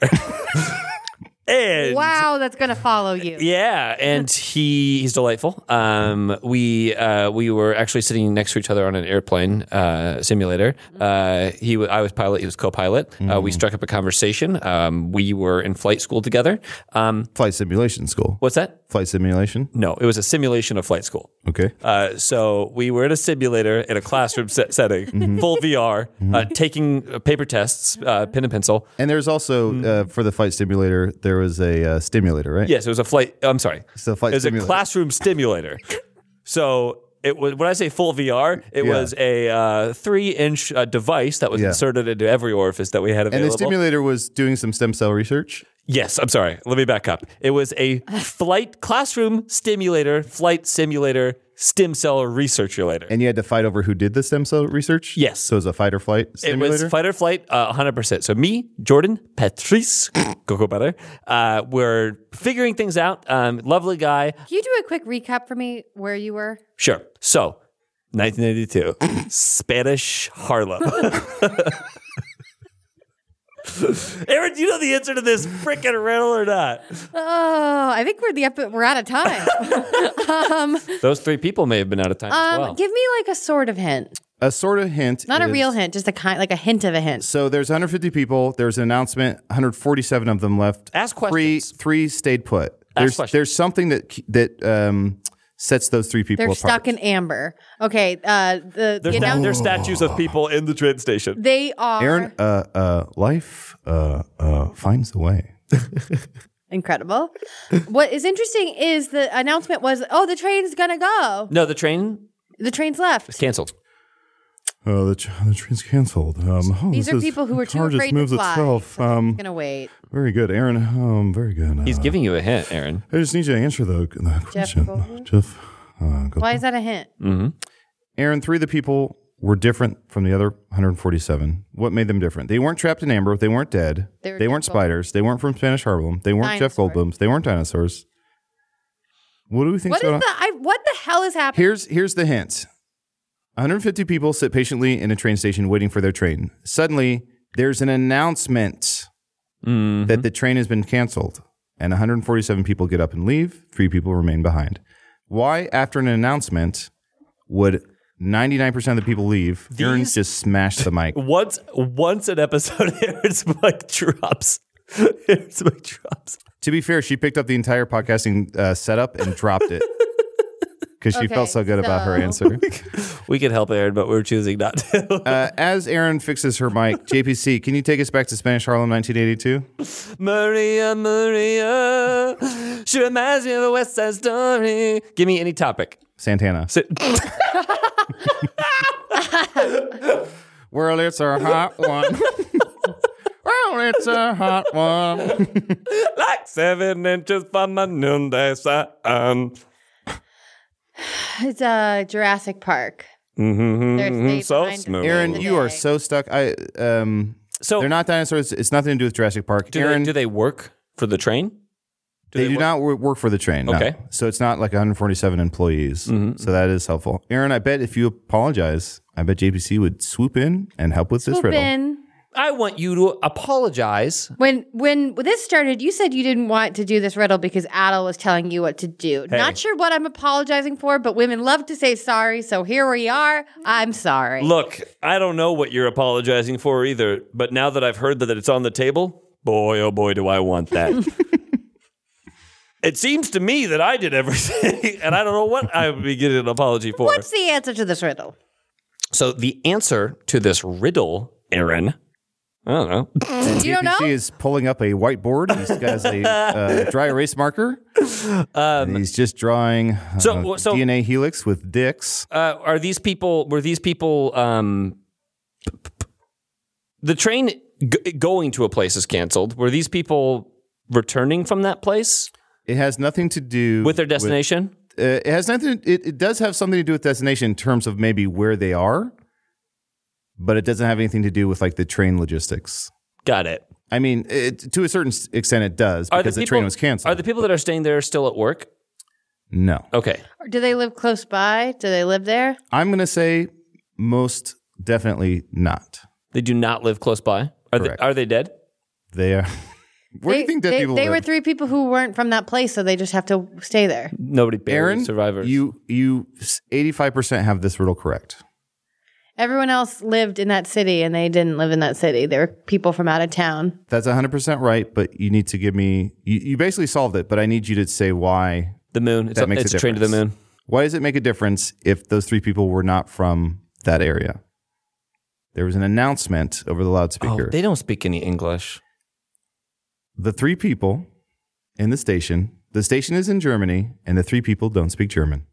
C: *laughs* and
D: Wow, that's going to follow you.
C: yeah, and he he's delightful. Um, we uh, we were actually sitting next to each other on an airplane uh, simulator. Uh, he wa- I was pilot, he was co-pilot. Uh, we struck up a conversation. Um, we were in flight school together. Um,
F: flight simulation school.
C: what's that?
F: Flight simulation.
C: No, it was a simulation of flight school.
F: Okay,
C: Uh, so we were in a simulator in a classroom set setting, full VR, uh, taking uh, paper tests, uh, pen and pencil.
F: and there's also
C: Mm-hmm.
F: uh, for the flight simulator there was a uh, stimulator, right?
C: Yes, it was a flight. I'm sorry,
F: It's a flight
C: it was
F: simulator.
C: a classroom stimulator. So it was when I say full VR, it
F: Yeah.
C: was a uh, three inch uh, device that was
F: Yeah.
C: inserted into every orifice that we had
F: And
C: available.
F: the stimulator was doing some stem cell research.
C: Yes, I'm sorry. Let me back up. It was a flight classroom stimulator, flight simulator, stem cell researchulator.
F: And you had to fight over who did the stem cell research?
C: Yes.
F: So it was a fight or flight
C: It
F: simulator?
C: was fight or flight, uh, 100%. So me, Jordan, Patrice, *coughs* Coco Butter, uh, were figuring things out. Um, lovely guy.
D: Can you do a quick recap for me where you were?
C: Sure. So, 1982, Spanish Harlem. *laughs* Aaron, do you know the answer to this freaking riddle or not?
D: Oh, I think we're the epi- we're out
C: *laughs*
D: of time. um,
C: Those three people may have been out of time as
D: um,
C: well.
D: give me like a sort of hint,
F: a sort of hint.
D: not a
F: is-
D: real hint, just a kind, like a hint of a hint.
F: So there's 150 people. There's an announcement. 147 of them left.
C: Ask
F: Three,
C: questions.
F: three stayed put. there's
C: questions.
F: there's something that that um, sets those three people
D: They're
F: apart.
D: stuck in amber. Okay, uh, the, the
C: There's, sta-
D: announce-
C: there's statues of people in the train station.
D: they are
F: Aaron, uh, uh, life uh, uh, finds a way.
D: incredible. what is interesting is the announcement was, oh, the train's gonna go.
C: No, the train
D: The train's left.
C: canceled.
F: Oh, the, tr the train's canceled. Um, oh,
D: These
F: this
D: are
F: is-
D: people who
F: the
D: were too
F: car
D: afraid
F: just
D: to
F: moves
D: fly.
F: itself. Um,
D: Gonna wait.
F: very good, Aaron. Um, very good.
C: He's
F: Uh,
C: giving you a hint, Aaron.
F: I just need you to answer the, the question,
D: Goldblum?
F: Jeff. Uh,
D: Why is that a hint?
F: Aaron, three of the people were different from the other 147. What made them different? They weren't trapped in amber. They weren't dead.
D: They were
F: weren't
D: Jeff Goldblum.
F: spiders. They weren't from Spanish Harlem. They weren't Jeff
D: Dinosaurs.
F: Goldblum's. They weren't dinosaurs. What do we think?
D: What is the? I, what the hell is happening?
F: Here's here's the hint. 150 people sit patiently in a train station waiting for their train. Suddenly, there's an announcement that the train has been canceled, and 147 people get up and leave. Three people remain behind. Why, after an announcement, would 99% of the people leave. Aaron
H: These-
F: just smashed the mic.
H: Once once an
C: *laughs*
H: episode airs, like drops. Airs like drops.
F: to be fair, she picked up the entire podcasting uh, setup and dropped it because she
D: Okay,
F: felt so good about her
D: so-
F: answer.
C: We could help Aaron, but we're choosing not to.
F: Uh, as Aaron fixes her mic, JPC, can you take us back to Spanish Harlem 1982?
C: Maria, Maria, she reminds me of a West Side Story. Give me any topic.
F: Santana.
C: Sit.
F: Well, it's a hot one. *laughs* well, it's a hot one.
C: *laughs* like seven inches from the noonday sun.
D: It's uh, Jurassic Park. Mm-hmm,
C: so smooth.
F: Aaron, you are so stuck. I um.
C: So-
F: they're not dinosaurs. It's nothing to do with Jurassic Park.
C: Do,
F: Aaron,
C: they, do they work for the train?
F: they, do not wor- work for the train. no.
C: Okay.
F: So it's not like 147 employees. So that is helpful. Aaron, I bet if you apologize, I bet JPC would swoop in and help with this riddle.
D: Open.
C: I want you to apologize.
D: When when this started, you said you didn't want to do this riddle because Adel was telling you what to do. Not sure what I'm apologizing for, but women love to say sorry, so here we are. I'm sorry.
C: Look, I don't know what you're apologizing for either, but now that I've heard that it's on the table, boy, oh boy, do I want that. it seems to me that I did everything, *laughs* and I don't know what I would be getting an apology for.
D: What's the answer to this riddle?
C: So the answer to this riddle, Aaron, I don't know.
D: You don't know?
F: JPC is pulling up a whiteboard. He's got a uh, dry erase marker. and he's just drawing uh,
C: Um, So- so-
F: DNA helix with dicks.
C: *laughs* Uh, are these people? Were these people? Um, p- p- the train g- going to a place is canceled. Were these people returning from that place
F: It has nothing to do
C: with their destination?
F: uh, it has nothing. It, it does have something to do with destination in terms of maybe where they are, but it doesn't have anything to do with like the train logistics.
C: Got it.
F: I mean, it, to a certain s- extent, it does
C: Are
F: because the, train was canceled.
C: Are the people that are staying there still at work?
F: no,
C: Okay.
D: Do they live close by? Do they live there?
F: I'm going to say most definitely not.
C: They do not live close by. Are they,
F: Correct.
C: are they dead?
F: They are. *laughs* Where do you think dead
D: they,
F: people
D: they
F: live?
D: were three people who weren't from that place, so they just have to stay there.
C: Nobody. buried
F: Aaron,
C: survivors.
F: You you 85 percent have this riddle correct.
D: Everyone else lived in that city, and they didn't live in that city. They were people from out of town.
F: That's 100 percent right, but you need to give me. You, you basically solved it, but I need you to say why.
C: the moon. It's,
F: That
C: a,
F: makes
C: it's
F: a
C: a train to the moon.
F: difference. Why does it make a difference if those three people were not from that area? There was an announcement over the
C: Oh,
F: loudspeaker.
C: they don't speak any English.
F: the three people in the station. The station is in Germany, and the three people don't speak German.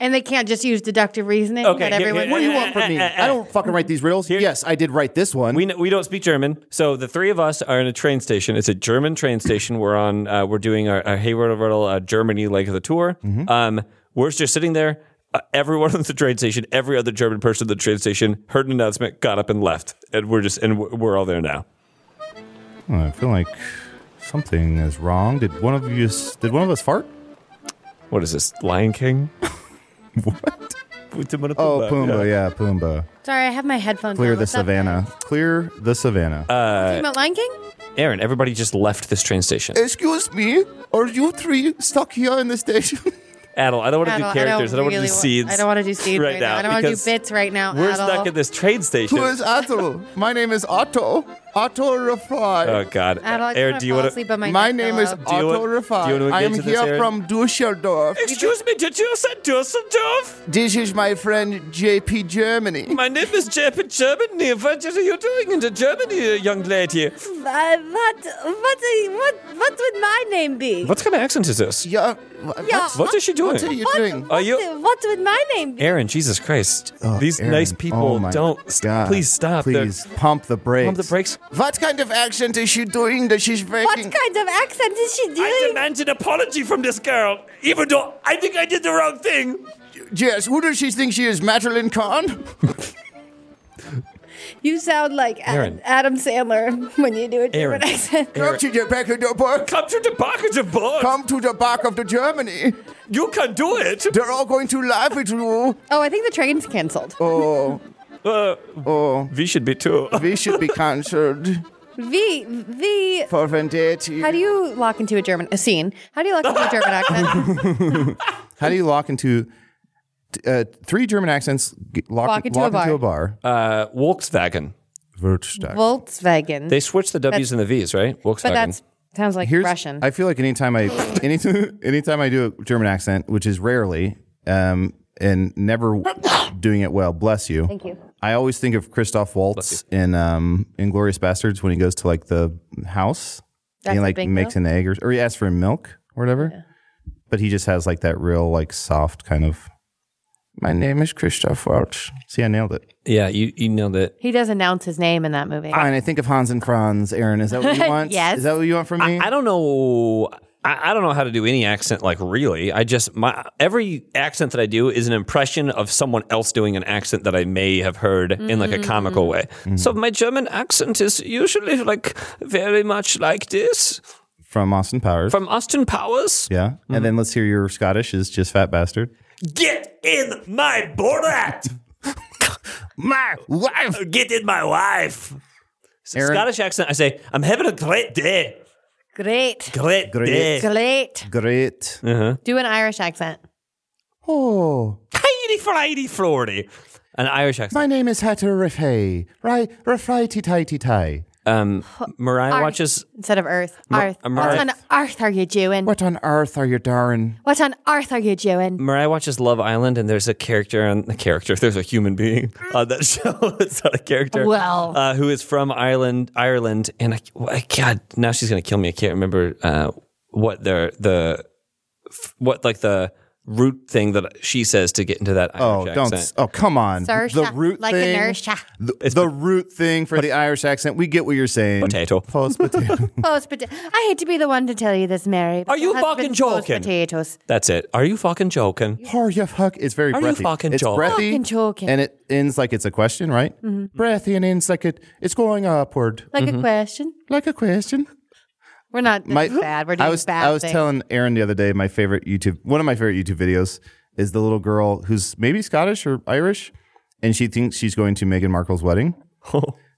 D: And they can't just use deductive reasoning.
C: Okay,
D: that everyone
C: What do you want
F: from me? I don't fucking write these riddles. yes, I did write this one.
C: We know, we don't speak German, so the three of us are in a train station. It's a German train station. We're on. Uh, we're doing our, our Hayward Riddle uh, Germany leg of the tour.
F: Mm-hmm.
C: Um, we're just sitting there. Uh, everyone at the train station, every other German person at the train station, heard an announcement, got up and left, and we're just and we're, we're all there now.
F: Oh, I feel like something is wrong. Did one of you? s- Did one of us fart?
C: What is this, Lion King?
F: *laughs* What?
C: Putumana
F: Oh,
C: Pumbaa.
F: Pumbaa. Yeah, Pumbaa.
D: Sorry, I have my headphones.
F: Clear
D: on.
F: the
D: What's up,
F: savannah.
D: guys?
F: Clear the savannah.
C: Uh,
D: Talking about Lion King?
C: Aaron, everybody just left this train station.
F: Excuse me. Are you three stuck here in the station? *laughs*
C: Adel, I don't want to
D: Adel,
C: do characters. I don't,
D: really
C: want to do
D: wa-
C: seeds.
D: I don't want to do seeds right, now. I don't want to do
C: because
D: bits right now.
C: We're
D: Adel.
C: stuck in this train station.
F: Otto? My name is Otto. Otto
C: Oh
F: Rafai.
C: God,
D: Adel, I just
C: Aaron,
D: wanna
C: do you
D: fall
C: want
D: asleep on my, uh, neck pillow.
C: Do you want- do you want to I am engage in this, here Aaron? from
F: Dusseldorf.
C: Excuse me, did you say Dusseldorf?
F: This is my friend JP Germany.
C: My name is Jeppe Germany. What are you doing in the Germany, uh, young lady?
D: Uh, what, what, what, what would my name be?
C: What kind of accent is this?
F: Yeah.
B: uh,
D: Yeah.
C: What is she doing?
D: What-
C: Are you-
D: what- What would my name be?
C: Aaron, Jesus Christ.
F: Oh,
C: These
F: Aaron.
C: nice
F: Oh
C: people
F: my
C: don't.
F: God.
C: Please stop. They're-
F: Please pump the brakes.
C: Pump the brakes.
F: What kind of accent is she doing that she's
D: What
F: making?
D: kind of accent is she doing?
C: demand an apology from this girl, even though I think I did the wrong thing.
F: yes, who does she think she is, Madeline Kahn?
D: You sound like
C: Aaron.
D: Ad- Adam Sandler *laughs* when you do a
C: Aaron.
D: German accent.
F: Come to the back of the book.
C: Come to the package of board.
F: Come to the back of the Germany.
C: You can do it.
F: They're all going to laugh at you.
D: Oh, I think the train's canceled.
F: Oh,
C: Uh,
F: oh.
C: we should be too.
F: We should be cancelled
D: V V.
F: for Vendetti.
D: How do you lock into a German a scene? How do you lock into a German accent?
F: How do you lock into t- uh, three German accents g- lock,
D: Walk into a bar.
C: Uh, Volkswagen.
F: Volkswagen.
D: Volkswagen.
C: They switched the W's and the V's, right? Volkswagen.
D: but that sounds like
F: Here's-
D: Russian.
F: I feel like anytime I *laughs* anytime, anytime I do a German accent, which is rarely, um, and never doing it well. Bless you. Thank you. I always think of Christoph Waltz in um, Inglorious Bastards when he goes to like the house
D: That's
F: and he
D: a
F: like
D: big
F: makes an egg or, or he asks for milk or whatever. But he just has like that real like soft kind of. My name is Christoph Waltz. See, I nailed it.
C: yeah, you, you nailed it.
D: he does announce his name in that movie.
F: and I think of Hans and Franz. Aaron, is that what
D: *laughs*
F: you want?
D: Yes.
F: Is that what you want from me?
C: I don't know. I, I don't know how to do any accent like really. I just my every accent that I do is an impression of someone else doing an accent that I may have heard in like a comical way.
F: Mm-hmm.
C: So my German accent is usually like very much like this
F: From Austin Powers.
C: from Austin Powers.
F: Yeah. And then let's hear your Scottish is just fat bastard.
C: Get in my Borat.
F: My wife.
C: Get in my wife. It's a
F: Aaron-
C: Scottish accent. I say I'm having a great day.
D: Great.
C: Great, day.
F: Great.
D: Great.
F: Great.
D: Do an Irish accent.
F: Oh,
C: Heidi Friday Florida. An Irish accent.
F: my name is Hatter Riffey. Right, Riffey tighty tie.
C: Um, Mariah
D: Irish.
C: watches
D: Instead of Earth. Earth.
C: I'm
D: What
C: Earth.
D: on earth are you doing?
F: What on earth are you darn?
D: What on earth are you doing?
C: Mariah watches Love Island, and there's a character on the character. There's a human being on that *laughs* show. it's not a character.
D: Well.
C: uh, who is from Ireland? Ireland, and I, I- God, now she's gonna kill me. I can't remember uh, what their the f- what like the root thing that she says to get into that.
F: Oh,
C: Irish
F: don't.
C: accent.
F: Oh, come on.
D: Sir,
F: the
D: shut-
F: root
D: like a
F: thing.
D: nurse, shut.
F: the, the root thing for the Irish accent. We get what you're saying.
C: Potato. *laughs*
F: Post potato.
D: Post pota- I hate to be the one to tell you this, Mary. but
C: Are you
D: your husband
C: fucking
D: posts
C: joking?
D: Potatoes.
C: That's it. Are you fucking joking?
F: Are you fuck? It's very
C: Are you
F: breathy.
C: fucking
F: it's
C: joking?
F: breathy,
D: Fucking joking. Mm-hmm.
F: and it ends like it's a question, right? Breathy and ends like it. It's going upward,
D: Like a question.
F: like a question.
D: We're not
F: My-
D: my, bad. We're doing
F: I was
D: bad
F: I was
D: things.
F: telling Aaron the other day my favorite YouTube one of my favorite YouTube videos is the little girl who's maybe Scottish or Irish, and she thinks she's going to Meghan Markle's wedding.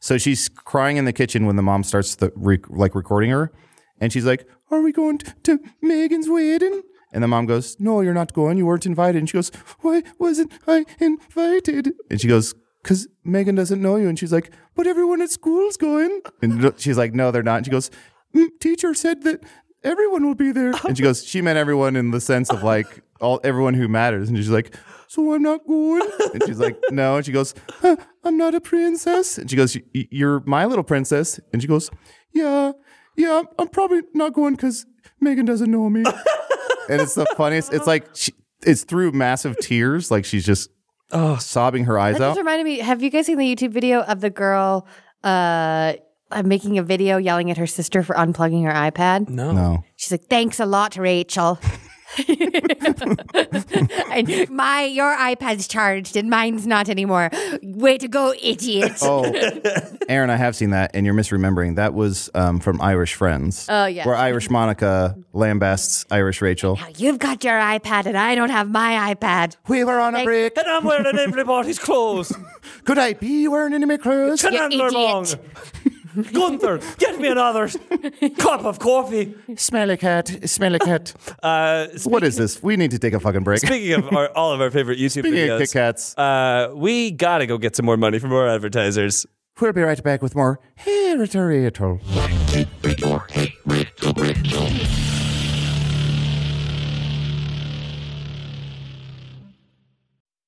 F: so she's crying in the kitchen when the mom starts the re- like recording her, and she's like, "Are we going to, to Meghan's wedding?" And the mom goes, "No, you're not going. You weren't invited." And she goes, "Why wasn't I invited?" And she goes. Cause Megan doesn't know you, and she's like, "But everyone at school's going." And she's like, "No, they're not." And she goes, "Mm, "Teacher said that everyone will be there. And she goes, she meant everyone in the sense of like all everyone who matters. And she's like, so I'm not going. And she's like, no. And she goes, huh, I'm not a princess. And she goes, y- you're my little princess. And she goes, yeah, yeah, I'm probably not going because Megan doesn't know me. and it's the funniest. It's like she, it's through massive tears, like she's just sobbing her eyes
D: That
F: out.
D: just reminded me. Have you guys seen the YouTube video of the girl uh, uh, making a video yelling at her sister for unplugging her iPad?
C: No.
F: no.
D: She's like, "Thanks a lot,
F: *laughs*
D: Rachel." and my your iPad's charged and mine's not anymore. Way to go, idiot!
F: Oh, Aaron, I have seen that, and you're misremembering. That was um, from Irish Friends. Oh,
D: yeah.
F: Where Irish Monica lambasts Irish Rachel.
D: Now you've got your iPad and I don't have my iPad.
F: We were on a break.
C: And I'm wearing
F: *laughs*
C: everybody's clothes.
F: Could I be wearing enemy clothes?
C: And
D: You
C: I'm no
D: idiot.
C: longer. Gunther, get me
D: *laughs*
C: another cup of coffee.
F: Smelly cat.
D: *laughs*
F: Smelly cat.
C: Uh,
F: what is this? We need to take a fucking break.
C: Speaking of our, all of our favorite YouTube
F: Speaking
C: videos,
F: of Kit Kats,
C: uh, we gotta go get some more money from our advertisers.
F: we'll be right back with more Heritorial.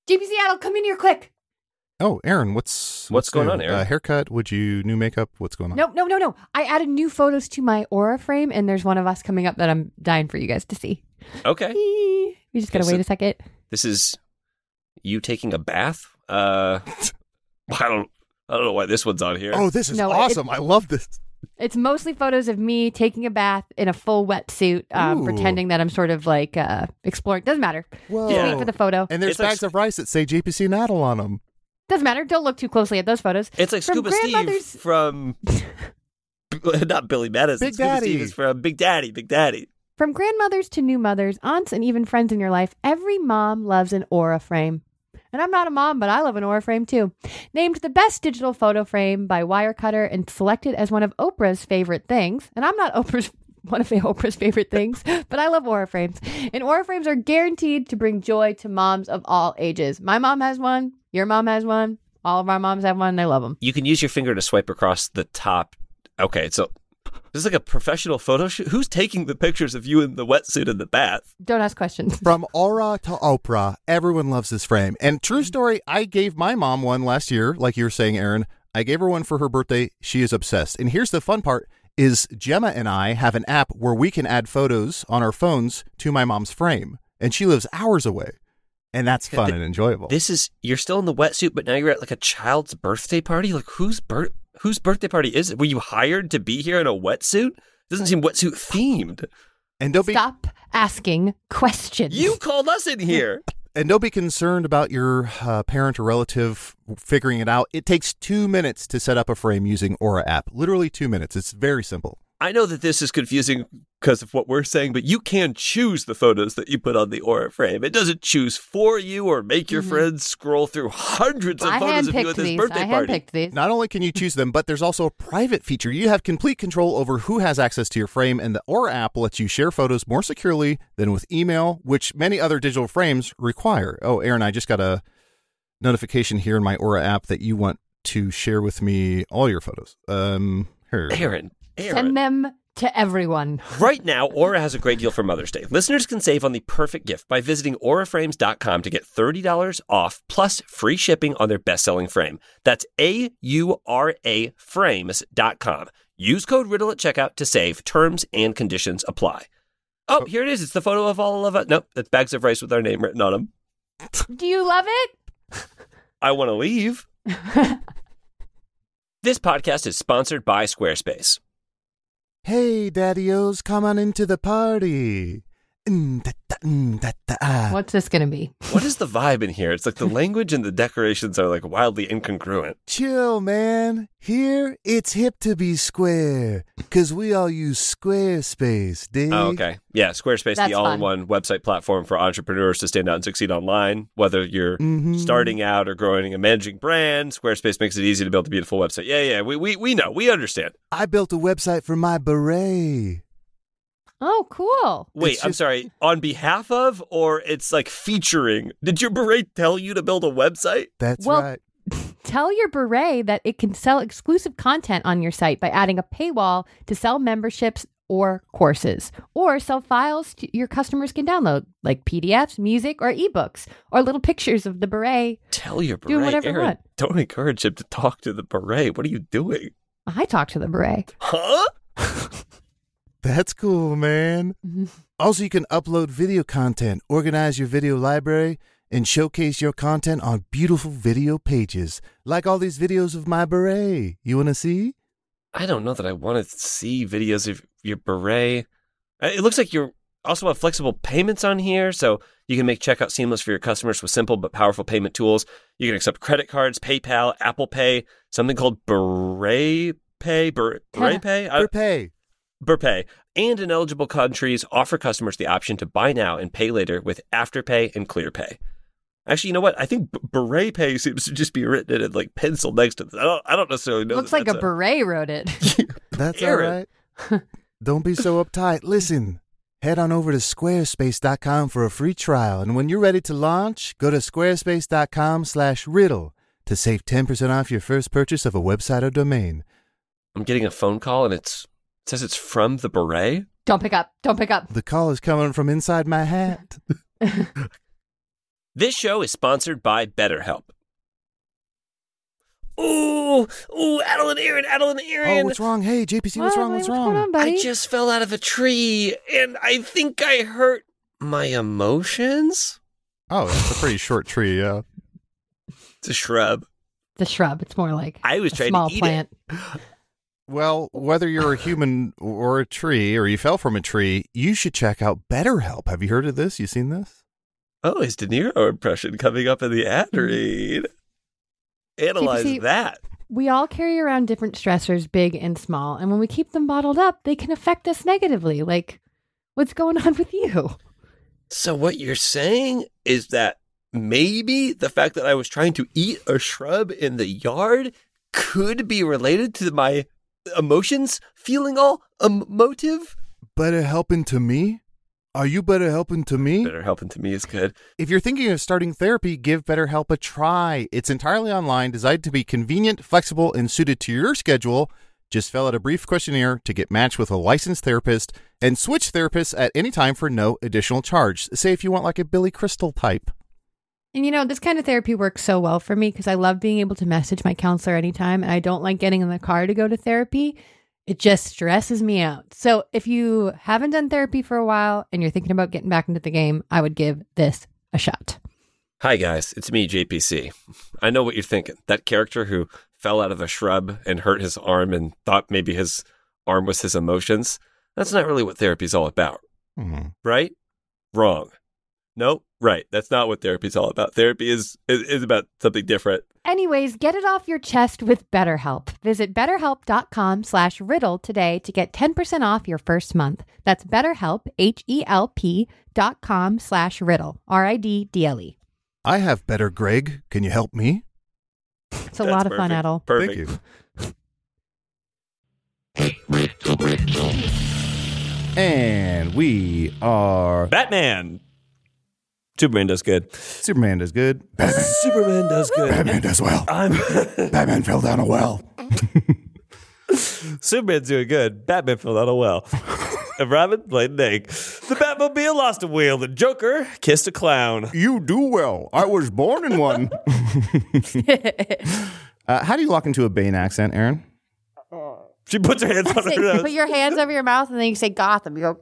D: JP Seattle, come in here quick.
F: Oh, Aaron, what's
C: What's going
F: new?
C: on, Aaron?
F: Uh, haircut? Would you new makeup? What's going on?
D: No, no, no, no. I added new photos to my aura frame, and there's one of us coming up that I'm dying for you guys to see.
I: Okay.
D: We just gotta
I: Okay, so-
D: wait a second.
I: This is you taking a bath? Uh *laughs* I don't I don't know why this one's on here.
J: Oh, this is
D: No, it-
J: awesome. I love this.
D: It's mostly photos of me taking a bath in a full wetsuit, um,
J: Ooh.
D: pretending that I'm sort of like uh, exploring. Doesn't matter.
J: Whoa.
D: Just wait
I: Oh.
D: for the photo.
J: And there's
I: It's like
J: bags of rice that say JPC Natal on them.
D: Doesn't matter. Don't look too closely at those photos.
I: It's like
D: From
I: Scuba Steve
D: grandmother's-
I: from *laughs* not Billy Madison.
J: Big
I: Scuba Steve
J: Daddy.
I: is from Big Daddy, Big Daddy.
D: From grandmothers to new mothers, aunts, and even friends in your life, every mom loves an aura frame. And I'm not a mom, but I love an aura frame too. Named the best digital photo frame by Wirecutter and selected as one of Oprah's favorite things. And I'm not *laughs* Oprah's one of Oprah's favorite things, *laughs* but I love aura frames. And aura frames are guaranteed to bring joy to moms of all ages. My mom has one. Your mom has one. All of our moms have one. They love them.
C: You can use your finger to swipe across the top. Okay, so this is like a professional photo shoot. Who's taking the pictures of you in the wetsuit in the bath?
D: Don't ask questions.
F: From aura to Oprah, everyone loves this frame. And
C: Mm-hmm.
F: true story, I gave my mom one last year, like you were saying, Aaron. I gave her one for her birthday. She is obsessed. And here's the fun part is Gemma and I have an app where we can add photos on our phones to my mom's frame. And she lives hours away. And that's fun
C: th-
F: and enjoyable.
C: This is you're still in the wetsuit, but now you're at like a child's birthday party. Like whose bir- whose birthday party is it? Were you hired to be here in a wetsuit? Doesn't seem wetsuit themed.
F: and don't be
D: Stop asking questions.
C: You called us in here.
F: And don't be concerned about your uh, parent or relative figuring it out. It takes two minutes to set up a frame using Aura app. Literally two minutes. It's very simple.
C: I know that this is confusing because of what we're saying, but you can choose the photos that you put on the Aura frame. It doesn't choose for you or make your friends scroll through hundreds of
D: Mm-hmm. I
C: photos of you
D: handpicked
C: at this
D: these.
C: birthday
D: I
C: party.
D: handpicked these.
F: Not only can you choose them, but there's also a private feature. You have complete control over who has access to your frame, and the Aura app lets you share photos more securely than with email, which many other digital frames require. Oh, Aaron, I just got a notification here in my Aura app that you want to share with me all your photos. Um, here.
C: Aaron, Aaron.
D: Send them
C: *laughs*
D: to everyone.
C: Right now, Aura has a great deal for Mother's Day. Listeners can save on the perfect gift by visiting auraframes.com to get $30 off plus free shipping on their best-selling frame. That's a u r a frames.com. Use code riddle at checkout to save. Terms and conditions apply. Oh, here it is. It's the photo of all of us. Nope, it's bags of rice with our name written on them.
D: Do you love it?
C: I want to leave. this podcast is sponsored by Squarespace.
F: Hey, daddios, come on into the party. Mm, da, da, mm, da, da, ah.
D: What's this going to be?
C: What is the vibe in here? It's like the language and the decorations are like wildly incongruent.
F: Chill, man. Here, it's hip to be square, 'cause we all use Squarespace, dig?
C: Oh, okay. Yeah, Squarespace,
D: Mm-hmm. That's
C: the all-in-one website platform for entrepreneurs to stand out and succeed online. Whether you're
D: Mm-hmm.
C: starting out or growing and managing brand, Squarespace makes it easy to build a beautiful website. Yeah, yeah, we we, we know, we understand.
F: I built a website for my beret.
D: Oh, cool.
C: Wait,
F: It's
C: I'm
F: just-
C: sorry. On behalf of, or it's like featuring. Did your beret tell you to build a website?
F: That's
D: Well-
F: right.
D: Tell your beret that it can sell exclusive content on your site by adding a paywall to sell memberships or courses, or sell files to your customers can download, like PDFs, music, or ebooks, or little pictures of the beret.
C: Tell your beret,
D: Doing whatever you
C: Aaron.
D: want.
C: Don't encourage him to talk to the beret. What are you doing?
D: I talked to the beret.
C: Huh?
F: That's cool, man. Also, you can upload video content, organize your video library, and showcase your content on beautiful video pages, like all these videos of my beret. You want to see?
C: I don't know that I want to see videos of your beret. Uh, It looks like you also have flexible payments on here, so you can make checkout seamless for your customers with simple but powerful payment tools. You can accept credit cards, PayPal, Apple Pay, something called Beret Pay, Ber- Beret Pay, I-
F: Prepay.
C: Burpay, and in eligible countries offer customers the option to buy now and pay later with Afterpay and ClearPay. Actually, you know what? I think B- Beret Pay seems to just be written in like pencil next to. I don't. I don't necessarily know.
D: Looks
C: that
D: like a
C: that's
D: beret wrote it. *laughs*
F: That's all
C: Aaron.
F: right. Don't be so uptight. Listen, head on over to squarespace.com for a free trial, and when you're ready to launch, go to squarespace.com/riddle to save 10% off your first purchase of a website or domain.
C: I'm getting a phone call and it's it says it's from the beret.
D: Don't pick up. Don't pick up.
F: The call is coming from inside my hat.
C: This show is sponsored by BetterHelp. Ooh, ooh, Adeline Aaron, Adeline
F: Oh,
C: Aaron.
F: what's wrong? Hey, JPC, what's
D: What?
F: wrong?
D: Wait,
F: What's
D: going
F: wrong?
D: on, buddy?
C: I just fell out of a tree and I think I hurt my emotions.
F: Oh, it's a pretty short tree, yeah.
C: It's a shrub.
D: the shrub. It's more like
C: I was
D: a
C: trying to
D: small
C: eat it.
D: plant.
F: Well, whether you're a human or a tree, or you fell from a tree, you should check out BetterHelp. Have you heard of this? You seen this?
C: Oh, his De Niro impression coming up in the ad read. Analyze
D: see-
C: that.
D: We all carry around different stressors, big and small, and when we keep them bottled up, they can affect us negatively. Like, what's going *laughs* on with you?
C: So what you're saying is that maybe the fact that I was trying to eat a shrub in the yard could be related to my emotions feeling all emotive?
B: better helping to me? Are you better helping to me?
C: Better helping to me is good.
B: If you're thinking of starting therapy, give BetterHelp a try. It's entirely online, designed to be convenient, flexible, and suited to your schedule. Just fill out a brief questionnaire to get matched with a licensed therapist and switch therapists at any time for no additional charge. Say if you want like a Billy Crystal type.
D: And you know, this kind of therapy works so well for me because I love being able to message my counselor anytime and I don't like getting in the car to go to therapy. It just stresses me out. So if you haven't done therapy for a while and you're thinking about getting back into the game, I would give this a shot.
C: Hi, guys. It's me, JPC. I know what you're thinking. That character who fell out of a shrub and hurt his arm and thought maybe his arm was his emotions. That's not really what therapy's all about,
B: Hmm.
C: right? Wrong. No, right. That's not what therapy's all about. Therapy is, is, is about something different.
D: Anyways, get it off your chest with BetterHelp. Visit betterhelp.com slash riddle today to get 10% off your first month. That's betterhelp, H-E-L-P dot com slash riddle, R-I-D-D-L-E.
B: I have better, Greg. Can you help me?
D: It's a lot of fun,
C: *laughs*
D: Adel.
C: Perfect.
B: Thank you. And we are
K: Batman. Superman does good.
B: Superman does good.
K: Superman does good.
B: Batman does well.
K: I'm
B: *laughs* Batman fell down a well.
K: Superman's doing good. Batman filled out
F: *laughs*
K: a well. And Robin played an egg. The Batmobile lost a wheel. The Joker kissed a clown.
B: You do well. I was born in *laughs* one. uh, how do you lock into a Bane accent, Aaron?
K: She puts her hands on her
F: You put
K: nose.
F: your hands over your mouth and then you say Gotham. You go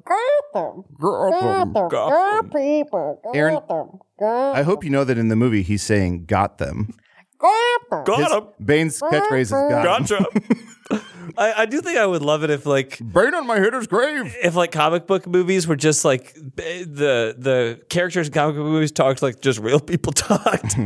F: Gotham, Gotham,
K: Gotham.
F: Gotham, people,
B: Aaron,
F: Gotham,
B: I
F: Gotham,
B: hope you know that in the movie he's saying "got them."
F: Gotham.
K: Got him.
B: Bane's catchphrase is "got, them."
K: Gotcha.
F: *laughs*
K: I, I do think I would love it if like
B: Bane on my hitter's grave. *laughs*
K: if like comic book movies were just like eh, the the characters in comic book movies talked like just real people *laughs* talked.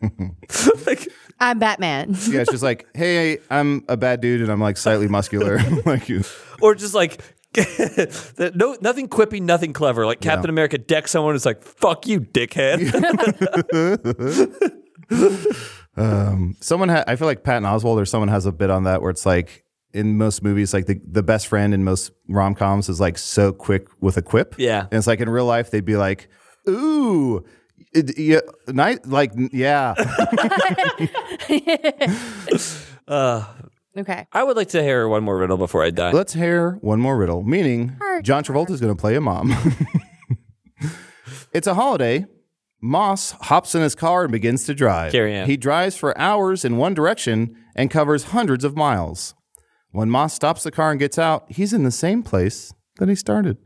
F: *laughs*
K: like
F: I'm Batman.
B: Yeah, it's just like, hey, I'm a bad dude and I'm like slightly muscular. *laughs* like you.
K: or just like *laughs* that- no nothing quippy, nothing clever. Like Captain America decks someone it's like, fuck
F: *laughs*
K: you, dickhead.
B: Someone, ha- I feel like Patton Oswald or someone has a bit on that where it's like in most movies, like the, the best friend in most rom coms is like so quick with a quip.
K: Yeah.
B: and it's like in real life they'd be like, ooh. It, yeah, nice. Like, yeah,
F: Okay.
K: I would like to hear one more riddle before I die.
B: let's hear one more riddle. Meaning, John Travolta is going to play a mom. *laughs* it's a holiday. Moss hops in his car and begins to drive.
K: Carry on.
B: He drives for hours in one direction and covers hundreds of miles. When Moss stops the car and gets out, he's in the same place that he started.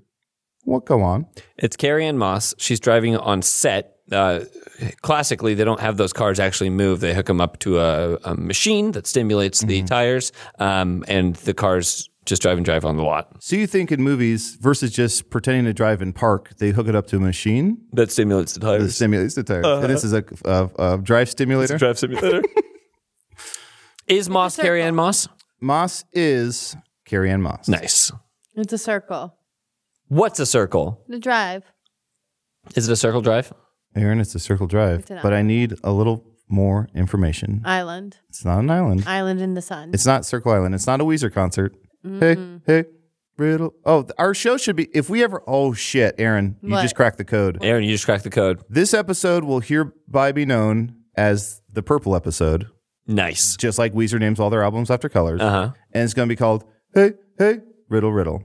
B: What go on?
K: It's Carrie Ann Moss. She's driving on set. Uh, classically, they don't have those cars actually move. They hook them up to a, a machine that stimulates the tires, um, and the cars just drive and drive on the lot
B: So you think in movies versus just pretending to drive in park, they hook it up to a machine
K: that stimulates the
B: that
K: tires.
B: stimulates the tires. And this is a, a, a drive stimulator.
K: *laughs* Drive simulator. Is Moss Carrie Ann Moss?
B: Moss is Carrie Ann Moss.
K: Nice.
F: It's a circle.
K: What's a circle?
F: The drive.
K: Is it a circle drive?
B: Aaron, it's a circle drive, but I need a little more information.
F: Island.
B: it's not an island.
F: Island in the sun.
B: it's not Circle Island. It's not a Weezer concert. Hey, hey, riddle. Oh, th- our show should be if we ever. Oh shit, Aaron, you
F: What?
B: just cracked the code.
K: Aaron, you just cracked the code.
B: This episode will hereby be known as the Purple episode,
K: Nice.
B: just like Weezer names all their albums after colors,
K: Uh huh.
B: and it's going to be called Hey, Hey, Riddle, Riddle.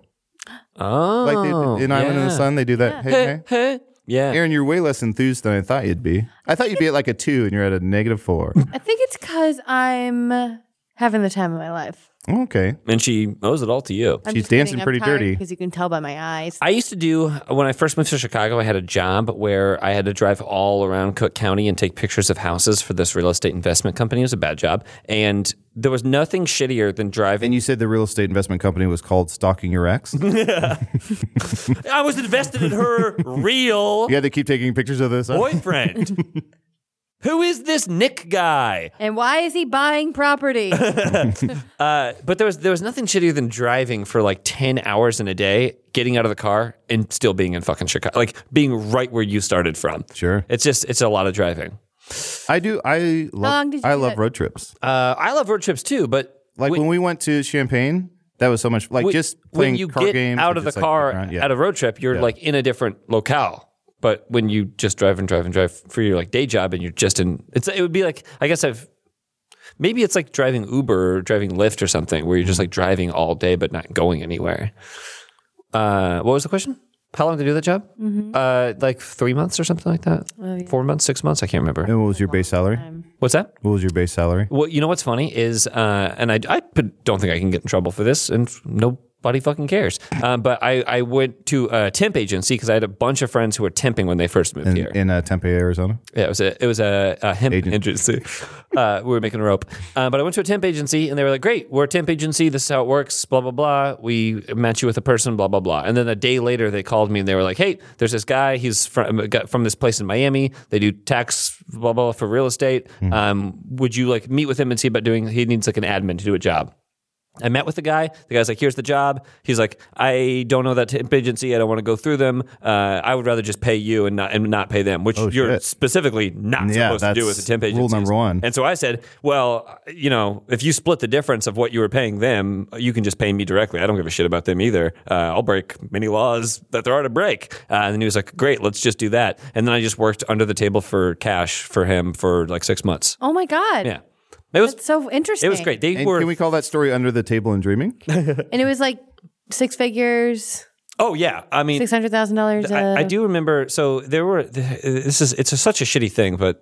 K: Oh,
B: Like they did in Island in the
K: yeah.
B: Sun, they do that. Hey, hey.
K: *laughs* Hey, yeah.
B: Aaron, you're way less enthused than I thought you'd be. I thought you'd be at like a two, and you're at a negative
K: *laughs*
B: four.
F: I think it's because I'm having the time of my life.
B: okay.
K: And she owes it all to you.
F: I'm
B: She's
F: just kidding.
B: dancing
F: I'm
B: pretty
F: tired
B: dirty.
F: Because you can tell by my eyes.
K: I used to do when I first moved to Chicago. I had a job where I had to drive all around Cook County and take pictures of houses for this real estate investment company. It was a bad job, and there was nothing shittier than driving.
B: And you said the real estate investment company was called Stalking Your
K: *laughs*
B: Ex. you
K: I was invested in her real
B: had to keep taking pictures of this.
K: boyfriend. Who is this Nick guy?
F: And why is he
B: *laughs*
F: buying property?
K: Uh, but there was there was nothing shittier than driving for like ten hours in a day, getting out of the car, and still being in fucking Chicago, like being right where you started from.
B: Sure.
K: it's just it's a lot of driving.
B: I do. I love.
F: long did you
B: I
F: do
B: love
F: that?
B: road trips.
K: Uh, I love road trips too, but
B: Like when we went to Champagne That was so much like
K: When-
B: just playing
K: when you
B: car
K: get
B: games
K: out
B: or
K: of the
B: just, like,
K: car
B: around- yeah.
K: at a road trip, you're
B: Yeah.
K: like in a different locale. But when you just drive and drive and drive for your like day job, and you're just in, it's it would be like I guess I've maybe it's like driving Uber or driving Lyft or something where you're just like driving all day but not going anywhere. Uh, what was the question? How long to do that job? Uh, like three months or something like that. Four months, six months. I can't remember.
B: And what was your base salary?
K: What's that?
B: What was your base salary?
K: Well, you know what's funny is, uh, and I, I p- don't think I can get in trouble for this, and nobody fucking cares. Um, but I, I went to a temp agency because I had a bunch of friends who were temping when they first moved
B: In,
K: here.
B: in uh, Tempe, Arizona.
K: Yeah, it was a it was a, a hemp agency. Uh, we were making rope, uh, but I went to a temp agency and they were like, "Great, we're a temp agency. This is how it works. Blah blah blah. We match you with a person. Blah blah blah." And then a day later, they called me and they were like, "Hey, there's this guy. He's from got from this place in Miami. They do tax blah blah for real estate. Um, would you like meet with him and see about doing? He needs like an admin to do a job." I met with the guy. The guy's like, "Here's the job." He's like, "I don't know that temp agency. I don't want to go through them. Uh, I would rather just pay you and not and not pay them." Which you're
B: Oh, shit.
K: specifically not
B: Yeah,
K: supposed to do
B: that's
K: with a temp agency.
B: rule number one.
K: And so I said, "Well, you know, if you split the difference of what you were paying them, you can just pay me directly. I don't give a shit about them either. Uh, I'll break many laws that there are to break." Uh, and then he was like, "Great, let's just do that." And then I just worked under the table for cash for him for like six months.
D: Oh my god.
K: Yeah, it was
D: It's so interesting.
K: it was great. They
B: And
K: were
B: can we call that story under the table and dreaming?
D: And it was like six figures,
K: oh yeah. I mean,
D: six hundred thousand dollars.
K: I, I do remember. So there were. *laughs* This is it's a, such a shitty thing, but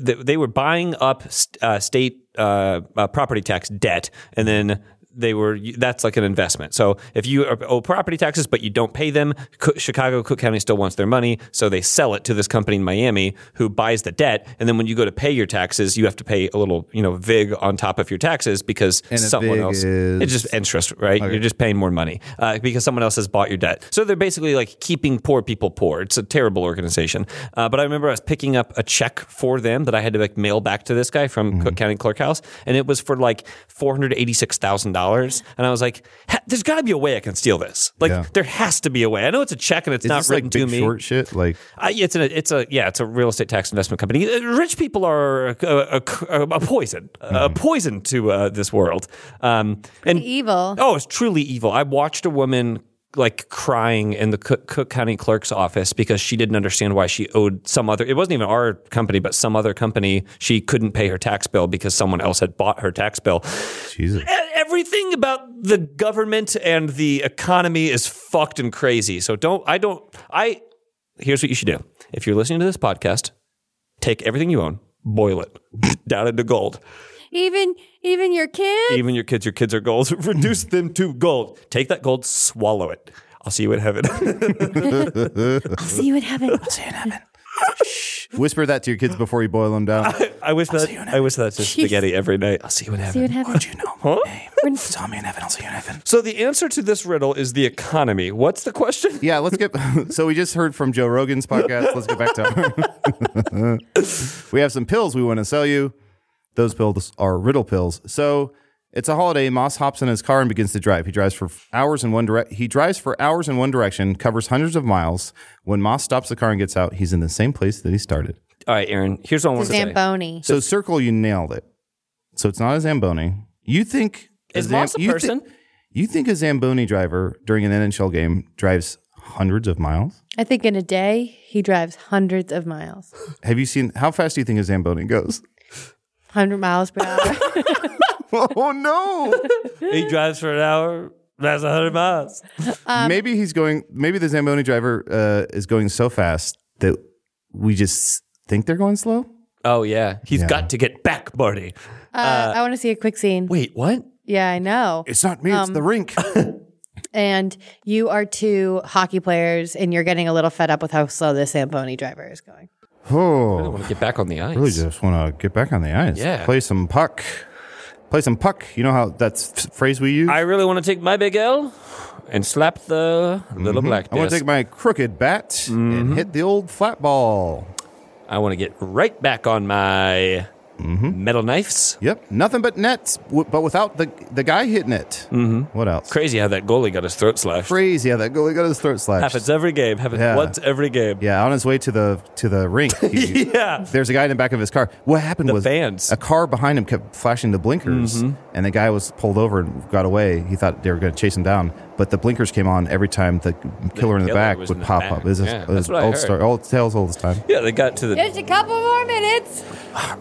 K: they, they were buying up st- uh, state uh, uh, property tax debt, and then they were that's like an investment. So if you owe property taxes but you don't pay them, Co- Chicago Cook County still wants their money, so they sell it to this company in Miami who buys the debt, and then when you go to pay your taxes, you have to pay a little you know vig on top of your taxes because
B: a
K: someone
B: vig
K: else
B: is-
K: it's just interest, right? You're just paying more money uh, because someone else has bought your debt. So they're basically like keeping poor people poor. It's a terrible organization. Uh, but I remember I was picking up a check for them that I had to like mail back to this guy
B: Mm-hmm.
K: from Cook County Clerk House, and it was for like four hundred eighty-six thousand dollars. And I was like, "Ha- "There's got to be a way I can steal this. Like,
B: Yeah.
K: there has to be a way. I know it's a check and it's
B: Is
K: not
B: this
K: written
B: like
K: to
B: big
K: me.
B: short shit? Like
K: I, it's a it's a yeah it's a real estate tax investment company. Uh, Rich people are a, a, a, a poison
B: Mm-hmm.
K: a poison to uh, this world. Um, and
D: evil.
K: Oh, it's truly evil. I watched a woman like crying in the Cook, Cook County clerk's office because she didn't understand why she owed some other. It wasn't even our company, but some other company. She couldn't pay her tax bill because someone else had bought her tax bill.
B: Jesus,
K: E- Everything about the government and the economy is fucked and crazy. So don't. I don't. I. Here's what you should do. If you're listening to this podcast, take everything you own, boil it *laughs* down into gold
D: Even even your kids.
K: even your kids, your kids are gold. *laughs* Reduce them to gold. Take that gold, swallow it. I'll see you in heaven.
D: See you in
B: *laughs*
D: heaven.
B: whisper that to your kids before you boil them down.
K: *laughs* I wish that I wish that to spaghetti every night. I'll see you in heaven.
D: See you in heaven.
K: So the answer to this riddle is the economy. What's the question?
B: yeah, let's get. *laughs* so we just heard from Joe Rogan's podcast. Let's get back to. our- *laughs* we have some pills we want to sell you. Those pills are riddle pills. So it's a holiday. Moss hops in his car and begins to drive. He drives for hours in one direct. He drives for hours in one direction, covers hundreds of miles. When Moss stops the car and gets out, he's in the same place that he started.
K: All right, Aaron. Here's what I want to say.
D: Zamboni.
B: So circle, you nailed it. So it's not a zamboni. You think
K: Is
B: Zam-
K: Moss a
B: you thi-
K: person?
B: you think a zamboni driver during an NHL game drives hundreds of miles?
D: I think in a day he drives hundreds of miles,
B: Have you seen how fast do you think a zamboni goes?
D: hundred miles per
K: *laughs*
D: hour.
B: oh no!
K: He drives for an hour. That's hundred miles.
B: maybe he's going. Maybe the zamboni driver uh, is going so fast that we just think they're going slow.
K: Oh yeah, he's
B: Yeah.
K: got to get back, Marty.
D: Uh, I want to see a quick scene.
K: Wait, what?
D: Yeah, I know.
B: It's not me. it's the rink.
D: And you are two hockey players, and you're getting a little fed up with how slow this Zamboni driver is going.
K: I
B: oh,
K: want to get back on the ice.
B: really? Just want to get back on the ice.
K: Yeah.
B: Play some puck. Play some puck. You know how that's f- phrase we use.
K: I really want to take my big L and slap the little black
B: Mm-hmm. I want
K: desk.
B: to take my crooked bat Mm-hmm. and hit the old flat ball.
K: I want to get right back on my
B: Mm-hmm.
K: metal knives.
B: Yep. Nothing but nets, w- but without the the guy hitting it. Mm-hmm. What else?
K: Crazy how that goalie got his throat slashed.
B: Crazy. Yeah, that goalie got his throat slashed.
K: Happens every game. Happens
B: Yeah.
K: once every game.
B: Yeah, on his way to the to the rink. he-
K: Yeah.
B: There's a guy in the back of his car. What happened
K: The
B: was
K: fans.
B: a car behind him kept flashing the blinkers, and the guy was pulled over and got away. He thought they were going to chase him down, but the blinkers came on every time the killer in the
K: killer
B: back
K: was in
B: would
K: the
B: pop
K: back.
B: up. It was, a-
K: Yeah,
B: it was
K: that's what I
B: old
K: heard.
B: story, old tales, old as time.
K: Yeah, they got to the
D: There's a couple more minutes.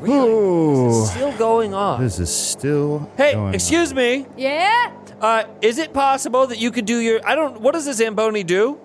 B: Ooh,
K: still going on.
B: this is still.
L: Hey,
B: going on.
L: excuse me.
D: Yeah?
L: Uh, is it possible that you could do your? I don't. What does the Zamboni do?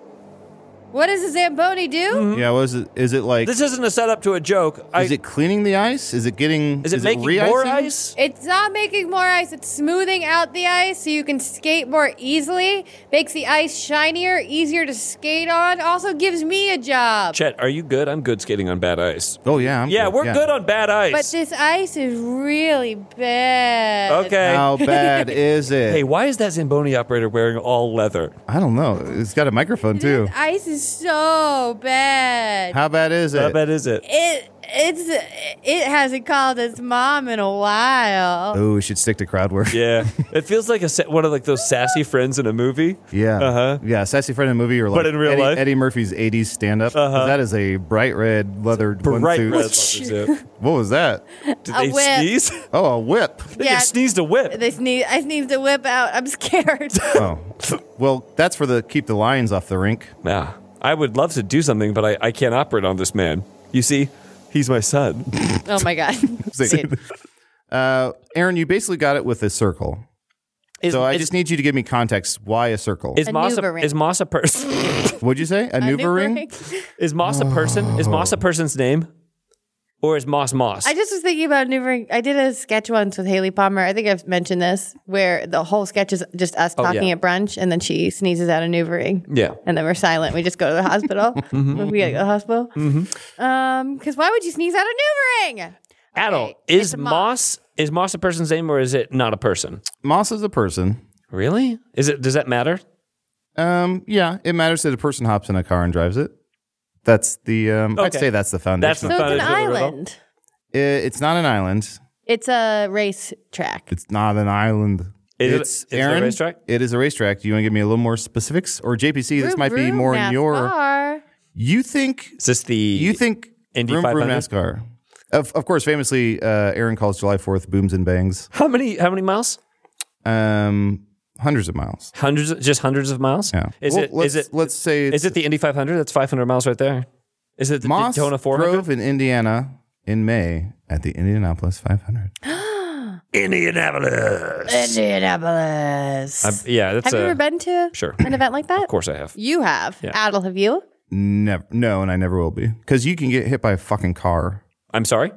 D: What does a Zamboni do?
B: Yeah, what is it? Is it like?
L: This isn't a setup to a joke. I,
B: is it cleaning the ice? Is it getting?
L: is it making
B: re-icing?
L: more ice?
D: It's not making more ice, it's smoothing out the ice so you can skate more easily, makes the ice shinier, easier to skate on, also gives me a job.
K: Chet, are you good? I'm good skating on bad ice.
B: Oh yeah, I'm
L: Yeah, we're good on bad
D: But
L: ice.
D: this ice is really bad.
L: okay.
B: How bad is it?
K: Hey, why is that Zamboni operator wearing all leather?
B: I don't know. It's got a microphone too.
D: This ice is so bad.
B: How bad is
K: How
B: it?
K: bad is it?
D: It it's it hasn't called its mom in a while.
B: Oh, we should stick to crowd work.
K: Yeah, it feels like a sa- one of like those sassy friends in a movie.
B: *laughs* Yeah.
K: Uh-huh.
B: Yeah. Sassy friend in the movie or like
K: But in real
B: Eddie,
K: life? Uh-huh.
B: Eddie Murphy's 80s stand up. is a bright red leather
K: Bright red.
B: one
K: leather
B: suit.
K: suit.
B: What was that?
K: Did
D: A
K: they
D: whip.
K: sneeze? *laughs*
B: Oh, a whip.
K: They just sneezed a whip.
D: They sneeze, I sneezed a whip out. I'm scared.
K: *laughs*
B: Oh. Well, that's for the keep the lions off the rink.
K: Yeah, I would love to do something, but I, I can't operate on this man. You see, he's my son.
D: oh my god.
B: Uh, Aaron, you basically got it with a circle.
L: Is-
B: so I
L: is-
B: just need you to give me context. Why a circle?
K: *laughs* Is
D: A
K: Moss a,
D: NuvaRing.
K: is Moss a person?
B: What'd you say? A nuva ring?
K: Is Moss a person? Is
B: Oh.
K: Moss a person's name? Or is Moss Moss?
D: I just was thinking about Newbring. I did a sketch once with Haley Palmer. I think I've mentioned this, where the whole sketch is just us talking
K: Oh, yeah.
D: at brunch, and then she sneezes out a Newbring.
K: yeah. Mm-hmm.
D: And then we're silent. We just go to the
K: *laughs*
D: hospital. We go to the hospital. Um, because why would you sneeze out a Newbring?
K: Adult.
D: Okay, it's
K: is
D: a
K: Moss.
D: Moss.
K: is Moss a person's name or is it not a person?
B: Moss is a person.
K: Really? Is it does that matter?
B: Um, yeah, it matters that a person hops in a car and drives it. That's the um, I'd
K: Okay.
B: say that's the foundation.
K: That's the
D: So it's
K: Not
D: an
K: a riddle.
D: island.
B: I- it's not an island.
D: It's a race track.
B: It's not an island.
K: Is it-
B: it's
K: is it a
B: Aaron,
K: racetrack?
B: It is a racetrack. Do you want to give me a little more specifics, or JPC? This
D: Vroom,
B: might be
D: vroom,
B: more in your.
D: NASCAR.
B: You think?
K: Is this the
B: You think?
K: Indy
B: vroom, vroom
K: 500?
B: NASCAR. Of, of course, famously, uh, Aaron calls July Fourth booms and bangs.
K: how many how many miles?
B: Um, hundreds of miles.
K: Hundreds of- just hundreds of miles?
B: Yeah.
K: Is
B: Well,
K: it
B: Let's,
K: is it
B: Let's say.
K: is it the Indy 500? That's 500 miles right there. Is it the
B: Moss
K: Daytona 400?
B: Grove in Indiana in May at the Indianapolis 500?
D: Indianapolis.
K: I'm- yeah, that's
D: have you
K: a-
D: ever been to
K: Sure.
D: an event like that?
K: Of course I have.
D: You have. Adel, have you?
B: Never. No, and I never will be because you can get hit by a fucking car.
K: I'm sorry.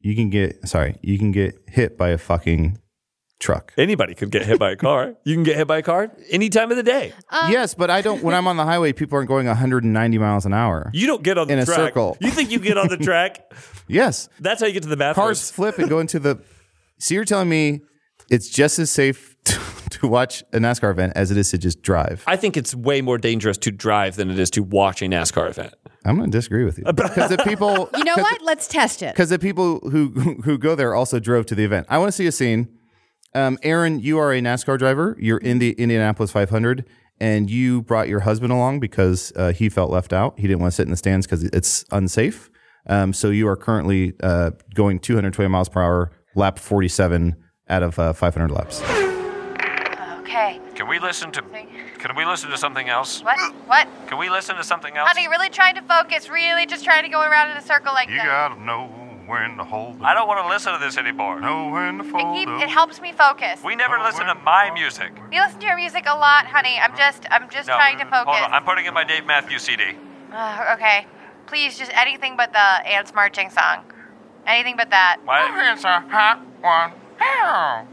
B: You can get sorry. You can get hit by a fucking truck.
K: Anybody could get
B: *laughs*
K: hit by a car. you can get hit by a car any time of the day.
B: yes, but I don't. When I'm on the highway, people aren't going 190 miles an hour.
K: You don't get on the
B: In a
K: track.
B: circle.
K: You think you
B: *laughs*
K: get on the track?
B: yes,
K: That's how you get to the bathrooms.
B: cars flip and go into the. So you're telling me it's just as safe *laughs* to, to watch a NASCAR event as it is to just drive.
K: I think it's way more dangerous to drive than it is to watch a NASCAR event.
B: I'm going to disagree with you because the people.
D: You know what? Let's test it.
B: because the people who *laughs* who go there also drove to the event. I want to see a scene. Um, Aaron, you are a NASCAR driver. You're in the Indianapolis 500, and you brought your husband along because uh, he felt left out. He didn't want to sit in the stands because it's unsafe. Um, so you are currently uh, going 220 miles per hour, lap 47 out of uh, 500 laps.
D: Okay.
K: Can we listen to? Can we listen to something else?
D: What? What?
K: Can we listen to something else?
D: Honey, really trying to focus. Really just trying to go around in a circle like that.
M: gotta know when to hold it.
K: I don't want to listen to this anymore.
M: Know when to
D: It,
M: fold
D: keep,
M: up.
D: it helps me focus.
K: We never listen to my music.
D: you listen to your music a lot, honey. I'm just, I'm just
K: No,
D: trying to
K: hold
D: focus.
K: on. I'm putting in my Dave Matthews CD.
D: Ugh, okay. Please, just anything but the ants marching song. Anything but that.
K: Why?
M: It's a hot one. Ow.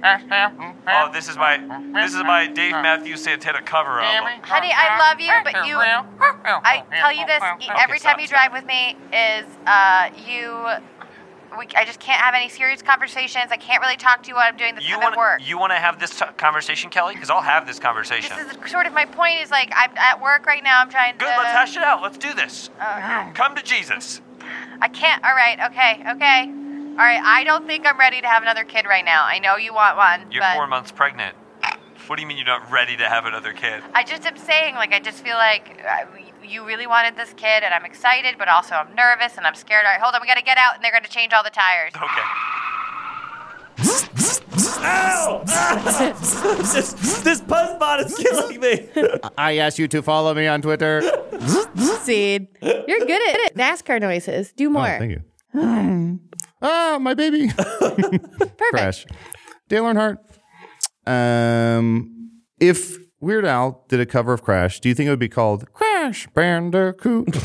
M: That's happened.
K: Oh, this is my this is my Dave Matthews Santana cover album.
D: Honey, I love you, but you- I tell you this e- every
K: stop,
D: time you drive with me is uh, you. We, I just can't have any serious conversations. I can't really talk to you while I'm doing this.
K: You
D: I'm at work.
K: want you want to have this t- conversation, Kelly? Because I'll have this conversation.
D: this is sort of my point. Is like I'm at work right now. I'm trying
K: Good,
D: to.
M: uh,
K: let's hash it out. Let's do this.
D: Uh,
K: Come to Jesus.
D: I can't. All right. Okay. Okay. All right, I don't think I'm ready to have another kid right now. I know you want one,
N: You're
D: but
N: four months pregnant. What do you mean you're not ready to have another kid?
D: I just am saying, like, I just feel like uh, you really wanted this kid, and I'm excited, but also I'm nervous and I'm scared. All right, hold on, we gotta get out, and they're gonna change all the tires.
N: Okay.
K: this this buzzbot is killing me.
B: I asked you to follow me on Twitter.
D: Seed, you're good at it. NASCAR noises. Do more.
B: Oh, thank you.
K: *sighs*
B: ah, my
K: *laughs*
B: baby. *laughs*
D: Perfect.
B: Crash. Dale Earnhardt. Um, if Weird Al did a cover of Crash, do you think it would be called Crash
K: *laughs*
B: Bandicoot?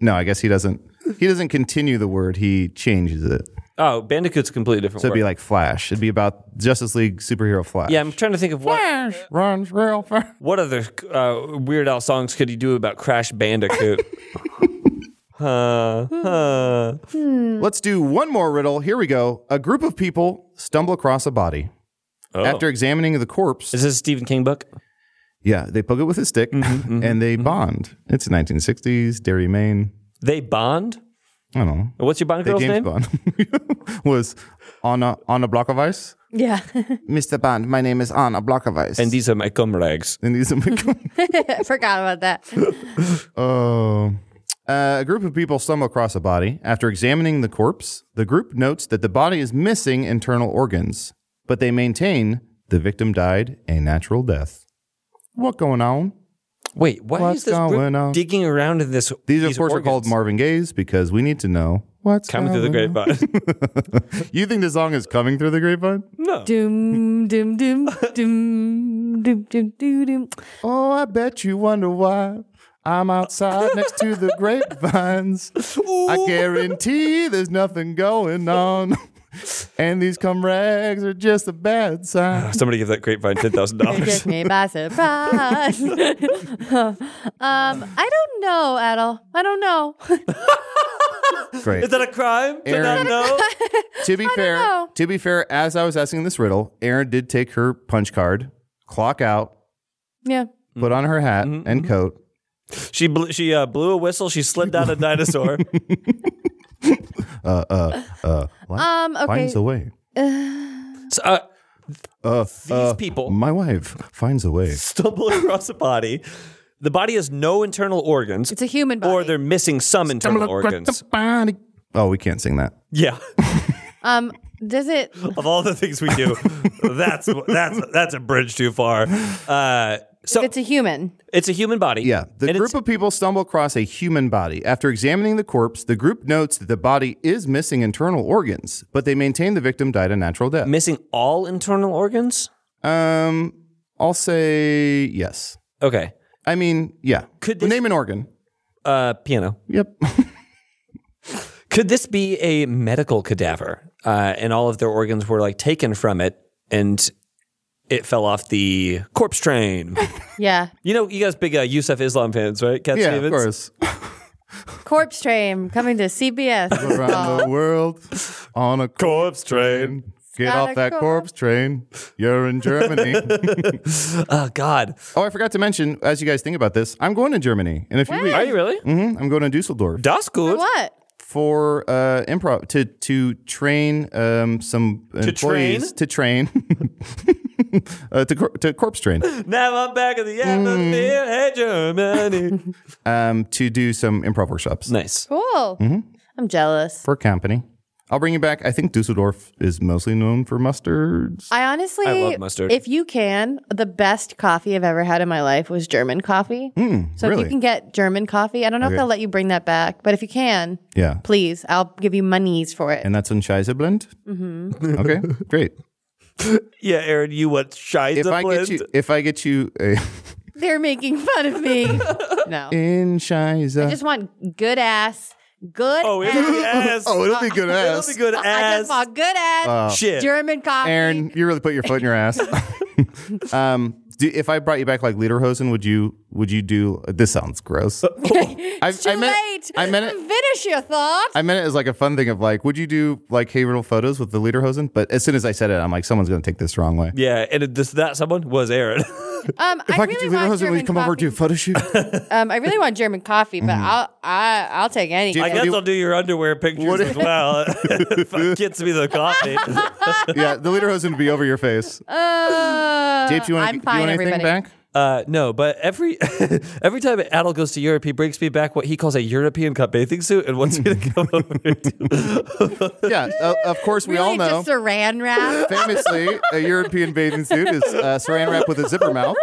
B: no, I guess he doesn't. He doesn't continue the word. He changes it.
K: Oh, Bandicoot's a completely different.
B: So it'd be
K: word.
B: like Flash. It'd be about Justice League superhero Flash.
K: yeah, I'm trying to think of what
B: Flash runs real fast.
K: what other uh, Weird Al songs could he do about Crash
B: *laughs*
K: Bandicoot? huh, huh.
B: Let's do one more riddle. Here we go. A group of people stumble across a body. After examining the corpse,
K: Oh. Is this a Stephen King book?
B: yeah, they poke it with a stick *laughs*
K: Mm-hmm,
B: and they bond. It's 1960s, Derry, Maine.
K: They bond.
B: I don't know.
K: What's your Bond
B: The
K: girl's
B: James
K: name?
B: Bond *laughs* was Anna Anna Block of Ice. *laughs*
D: Yeah.
B: Mr. Bond, my name is Anna Block of Ice.
K: And these are my cum rags.
B: and these are my
D: *laughs*
B: *laughs*
D: I forgot about that.
B: Oh. Uh, a group of people stumble across a body. After examining the corpse, the group notes that the body is missing internal organs, but they maintain the victim died a natural death. What going on?
K: Wait, why
B: What's
K: is this group
B: going on?
K: digging around in this?
B: These, of course,
K: organs?
B: are called Marvin Gaye's because we need to know what's
K: Coming through the
B: going on. *laughs*
K: grapevine. *laughs*
B: You think the song is coming through the grapevine?
K: no.
D: doom, doom, doom, doom, doom, doom, doom, doom.
B: Oh, I bet you wonder why I'm outside next to the grapevines. I guarantee there's nothing going on. And these cum rags are just a bad sign.
K: Somebody give that grapevine ten thousand
D: *laughs*
K: dollars.
D: Took me by surprise. *laughs* um, I don't know, Adel. I don't know.
B: Great.
K: Is that a crime? To
B: Aaron.
K: not know?
B: to be fair,
D: know.
B: to be fair, as I was asking this riddle, Erin did take her punch card, clock out,
D: yeah.
B: put on her hat and coat,
K: *laughs* She blew, she uh, blew a whistle. She slid down a
B: *laughs*
K: dinosaur.
B: uh, uh, uh, what?
D: Um. Okay.
B: finds a way.
K: So, uh,
B: Uh, These
K: people-
B: My wife finds a way.
K: stumble *laughs* across a body. The body has no internal organs,
D: It's a human body.
K: or they're missing some internal organs.
B: Oh, we can't sing that.
K: *laughs* Yeah,
D: um. Does it?
K: of all the things we
B: *laughs*
K: do, that's that's that's a bridge too far. Uh, so
D: It's a human.
K: it's a human body.
B: Yeah. The
K: and
B: group
K: it's,
B: of people stumble across a human body. After examining the corpse, the group notes that the body is missing internal organs, but they maintain the victim died a natural death.
K: missing all internal organs.
B: Um, I'll say yes.
K: Okay,
B: I mean, yeah.
K: Could this-
B: name an organ?
K: uh, piano.
B: *laughs* Yep.
K: Could this be a medical cadaver, uh, and all of their organs were like taken from it, and it fell off the
B: *laughs*
K: corpse train?
D: Yeah.
K: you know, you guys big uh, Yusuf Islam fans, right? Cat
B: yeah,
K: Stevens.
B: of course.
D: Corpse Train coming to CBS.
B: Around the
K: *laughs*
D: Oh,
B: world on a corpse train. Get
D: Got
B: off
D: a
B: that
D: corpse.
B: corpse train. You're in
K: *laughs*
B: Germany.
K: Oh God,
B: oh, I forgot to mention, as you guys think about this, I'm going to Germany in a few weeks.
K: are you really?
B: hmm I'm going to Dusseldorf.
K: Mm. That's good.
D: what?
B: for uh, improv to to train um, some employees
K: train?
B: to train *laughs* uh, to cor- to corpse train
K: Now I'm back at the
B: Mm.
K: atmosphere. Hey,
B: *laughs*
K: Germany.
B: um, to do some improv workshops
K: nice.
D: Cool.
B: Mm-hmm.
D: I'm jealous.
B: for a company. I'll bring you back. I think Dusseldorf is mostly known for mustards.
D: I honestly,
K: I love mustard.
D: if you can, the best coffee I've ever had in my life was German coffee. so if
B: Mm, really?
D: you can get German coffee, I don't know if they'll let you bring that back, but if you can,
B: yeah,
D: please, I'll give you monies for it.
B: and that's in Scheiseblend. Mm-hmm. Okay, great.
K: Yeah, Aaron, you what? Shies
B: If I get you, if I get you uh, a
D: They're making fun of me. no.
B: *laughs* in Scheise,
D: I just want good ass,
B: *laughs*
D: good
K: Oh, it'll
D: ass.
K: be ass.
B: oh, it'll be good
K: it'll
B: ass.
K: be good
D: I just
K: ass.
D: want good ass
K: Shit.
D: German coffee.
B: Uh, Aaron, you really put your foot in your
D: *laughs*
B: ass. um, do, if I brought you back like Lederhosen, would you would you do? This sounds gross. I,
D: It's too
B: I meant,
D: late.
B: I meant it.
D: Finish your thought.
B: I meant it as like a fun thing of like, would you do like hey riddle photos with the Lederhosen? But as soon as I said it, I'm like, someone's gonna take this the wrong way.
K: yeah, and it, this, that someone was Aaron. *laughs*
D: Um,
B: If
D: I,
B: I could
D: really
B: do Leroy
D: want
B: Hudson, will you
D: German
B: come over Mm-hmm. to
D: coffee.
B: a photo
D: *laughs*
B: shoot?
D: um, I really want German coffee, but I'll I, I'll take anything.
K: I guess I'll do your underwear pictures as well. *laughs*
B: *laughs*
K: if it gets me the coffee.
B: yeah, the Lederhosen would be over your face.
D: Uh,
B: Japes, you want,
D: I'm
B: do you
D: fine,
B: want anything
D: everybody.
B: back?
K: Uh, no, but every *laughs* every time Adel goes to Europe, he brings me back what he calls a European cut bathing suit and wants me
B: *laughs*
K: to come over. To-
B: Yeah, uh, of course, we all
D: Really,
B: know.
D: just
B: *laughs*
D: saran wrap.
B: famously, a European bathing suit is uh, saran wrap with a zipper mouth.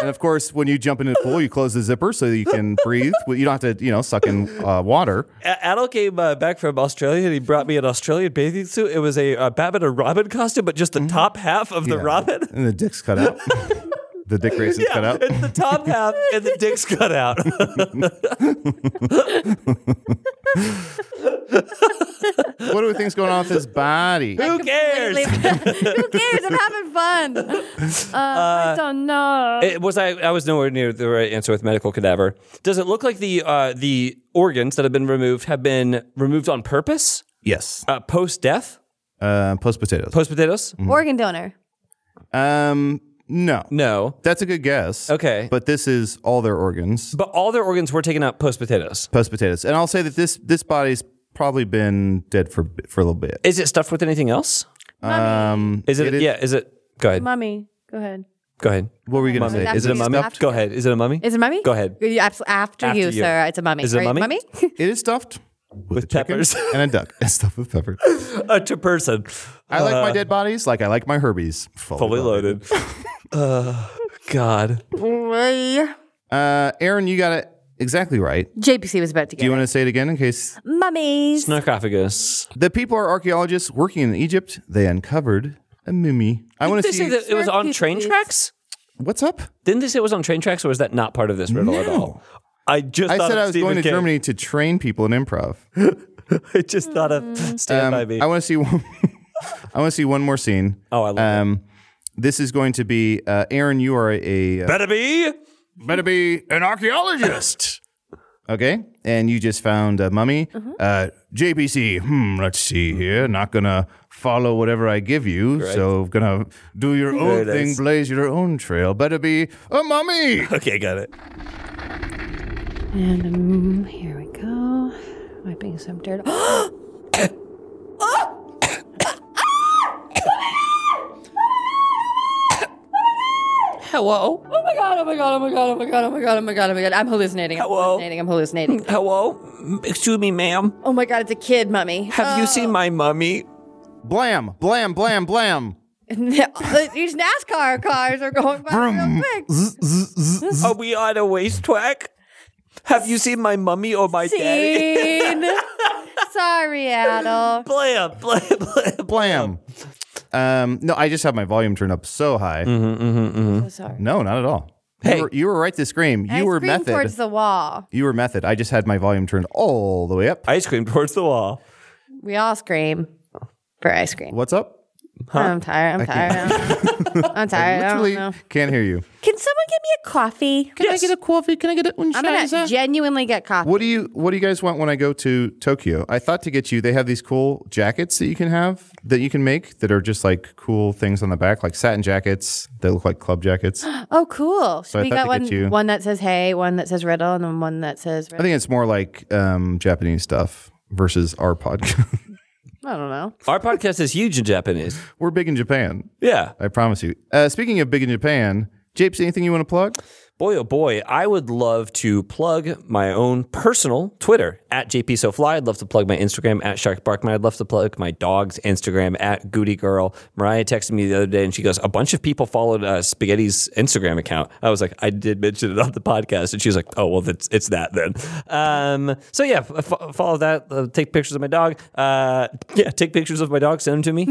B: And of course, when you jump into the pool, you close the zipper so you can breathe. Well, you don't have to, you know, suck in uh, water.
K: A- Adel came uh, back from Australia and he brought me an Australian bathing suit. It was a uh, Batman and Robin costume, but just the top half of the
B: Mm-hmm. Yeah.
K: Robin.
B: And the dick's cut out. the dick raisins cut
K: *laughs*
B: out.
K: It's the top half and the dick's cut out.
B: What do we think's going on with his body?
K: Who cares? *laughs*
D: Who cares? I'm
B: *laughs*
D: having fun. Uh, I don't know.
K: Uh, It was I, I was nowhere near the right answer with medical cadaver. Does it look like the uh, the organs that have been removed have been removed on purpose
B: Yes.
K: uh, post death,
B: Uh, post potatoes.
K: post potatoes?
B: Mm-hmm. Mm.
D: Organ donor.
B: Um, no.
K: No,
B: That's a good guess.
K: Okay.
B: But this is all their organs.
K: but all their organs were taken out post potatoes.
B: Post potatoes. And I'll say that this this body's probably been dead for for a little bit.
K: Is it stuffed with anything else?
B: Um,
K: Is it?
B: It is-
K: yeah. Is it? Go ahead.
D: Mummy. Go ahead.
K: Go ahead.
B: what were we gonna say?
D: That's
K: Is it a
D: After
K: mummy?
D: you. After
K: Go
D: you.
K: ahead. Is it a mummy?
D: Is it mummy?
K: Go ahead.
D: You- abs- After,
K: After
D: you,
K: you.
D: sir. It's a mummy.
K: Is it a
D: Right?
K: mummy?
B: It is stuffed
K: With
B: a chicken
K: peppers.
B: and a duck. *laughs* It's stuffed with pepper.
K: *laughs* a to person,
B: I like
K: Uh,
B: my dead bodies like I like my Herbies.
K: fully
B: *laughs*
K: loaded. uh, God.
D: *laughs* Way.
B: Uh, Aaron, you got it exactly right.
D: JPC was about
B: Do
D: to get
B: you
D: it.
B: want to say it again in case
D: mummies.
K: Sarcophagus.
B: the people are archaeologists working in Egypt? They uncovered a mummy. I want to
K: Did they say
B: see
K: that it was on train
D: Sarcophagus.
K: tracks?
B: what's up.
K: Didn't they say it was on train tracks, or was that not part of this riddle at all? I just
B: I
K: thought
B: said
K: of
B: I was
K: Stephen
B: going to
K: King.
B: Germany to train people in improv.
K: *laughs* I just thought of Stand
B: Um,
K: by Me.
B: I want to see. One, *laughs* I want to see one more scene.
K: oh, I love it.
B: Um, this is going to be uh, Aaron. You are a uh,
K: Better be.
B: better be an archaeologist. okay, and you just found a mummy. Uh, JPC. Hmm. Let's see here. Not gonna follow whatever I give you. So gonna do your own
K: Very
B: thing,
K: nice.
B: blaze your own trail. Better be a mummy.
K: Okay, got it.
O: And um, here we go. Wiping some dirt.
D: Hello. Oh my god. Oh my god. Oh my god. Oh my god. Oh my god. Oh my god. Oh my god. I'm hallucinating. I'm
K: Hello.
D: hallucinating. I'm
K: *laughs*
D: hallucinating.
K: Hello, excuse me, ma'am.
D: Oh my god. It's a kid mummy.
K: Have you seen my mummy?
B: Blam! Blam! Blam! Blam!
D: Oh. *laughs* These NASCAR cars are going by real quick.
K: Are we on a waste track? Have you seen my mummy or my daddy? *laughs*
D: Scene. Sorry, Adel.
K: Blam, blam, blam.
B: Blam! Um, no, I just have my volume turned up so high.
D: So sorry.
B: No, not at all.
K: Mm-hmm, Hey.
B: You, were, you were right to scream. You
D: I
B: were
D: screamed
B: method.
D: towards the wall.
B: you were method. I just had my volume turned all the way up.
K: Ice cream towards the wall.
D: We all scream for ice cream.
B: What's up?
D: I'm tired. I'm tired. I
B: *laughs*
D: don't know. I'm tired. I
B: Literally
D: don't know.
B: can't hear you.
D: Can someone get me a coffee? Can I get a
B: coffee? Can I get it?
D: I'm gonna genuinely get coffee.
B: What do you What do you guys want when I go to Tokyo? I thought to get you. They have these cool jackets that you can have that you can make that are just like cool things on the back, like satin jackets that look like club
D: *gasps*
B: jackets. I
D: Oh, cool. So
B: I
D: we
B: thought
D: got
B: to get
D: one
B: you-
D: one that says hey, one that says riddle, and then one that says riddle.
B: think it's more like um, Japanese stuff versus our podcast. *laughs*
D: I don't know.
K: Our podcast is huge in Japanese.
B: We're big in Japan.
K: Yeah.
B: I promise you. Uh, speaking of big in Japan, Japes, anything you want to plug?
K: Boy, oh boy, I would love to plug my own personal Twitter at JPSoFly. I'd love to plug my Instagram at Shark Barkman. I'd love to plug my dog's Instagram at Goody Girl. Mariah texted me the other day and she goes, A bunch of people followed uh, Spaghetti's Instagram account. I was like, I did mention it on the podcast. And she was like, Oh, well, that's, it's that then. Um, so yeah, f- f- follow that. Uh, take pictures of my dog. Uh, *laughs* yeah, take pictures of my dog.
D: *laughs*
K: Send them to me.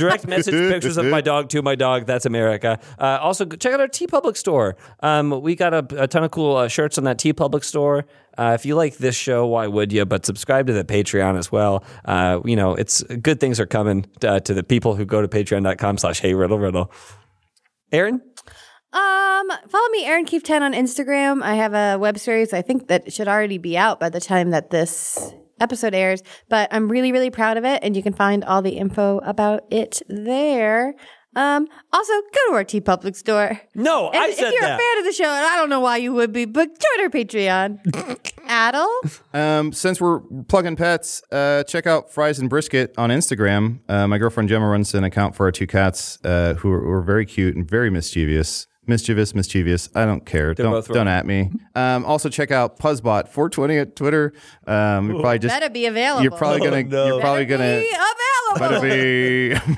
K: Direct message pictures of my dog to my dog. That's America. Uh, also, go- check out our T Public store. Um, we got a, a ton of cool uh, shirts on that T Public store. Uh, if you like this show, why would you? But subscribe to the Patreon as well. Uh, you know, it's good things are coming uh, to the people who go to patreon.com slash hey riddle riddle. Aaron?
D: Um, follow me, Aaron Keefe Ten on Instagram. I have a web series. I think that should already be out by the time that this episode airs. But I'm really, really proud of it, and you can find all the info about it there. Um, also, go to our T Public store.
C: No,
D: And
C: I
D: if
C: said
D: you're
C: that.
D: a fan of the show, and I don't know why you would be, but join our Patreon.
B: *laughs*
D: Addle,
B: Um, since we're plugging pets, uh, check out Fries and Brisket on Instagram. Uh, my girlfriend Gemma runs an account for our two cats, uh, who, are, who are very cute and very mischievous. Mischievous, mischievous. I don't care.
C: both
B: don't
C: wrong.
B: don't at me. Um, also check out Puzzbot 420 at Twitter. Um, you're probably just
D: better be available.
B: you're probably gonna
C: Oh,
B: you're probably gonna
D: be available.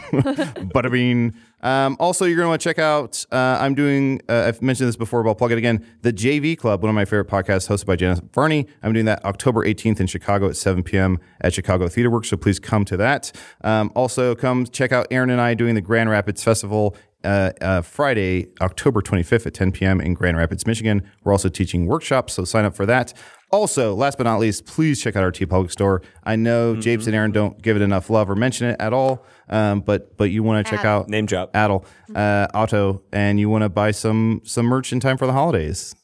B: Butterbean. *laughs* Butterbean. Um, also, you're going to want to check out, uh, I'm doing, uh, I've mentioned this before, but I'll plug it again. The JV Club, one of my favorite podcasts hosted by Janice Varney. I'm doing that October 18th in Chicago at 7 p.m. at Chicago Theater Works, so please come to that. Um, also, come check out Aaron and I doing the Grand Rapids Festival uh, uh, Friday, October 25th at 10 p.m. in Grand Rapids, Michigan. We're also teaching workshops, so sign up for that. Also, last but not least, please check out our T Public store. I know
C: Mm-hmm.
B: Japes and Aaron don't give it enough love or mention it at all, um, but but you want to check out
C: Name Mm-hmm. drop.
B: Adel, uh, Otto, and you want to buy some some merch in time for the holidays.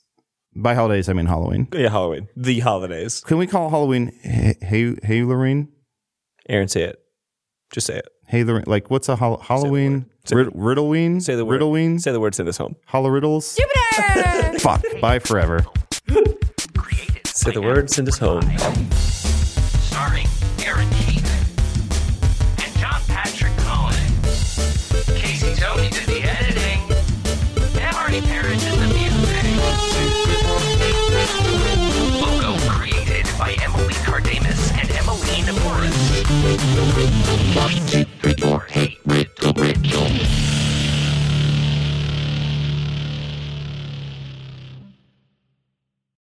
B: By holidays, I mean Halloween.
C: Yeah, Halloween. The holidays.
B: Can we call Halloween Hey Hey, hey Lorraine?
C: Aaron, say it. Just say it.
B: Hey Lorraine, like what's a hol- Halloween? Rid- Riddleween?
C: Say the word.
B: Riddleween?
C: Say the word. Send us home.
B: Hollow riddles?
D: Jupiter!
B: *laughs* Fuck. Bye forever.
K: Say the word, send us home.
A: starring Aaron Keith and John Patrick Cohen. Casey Tony did the editing, and Marty Parrish did the music. Logo created by Emily Cardamus and Emily Naporis.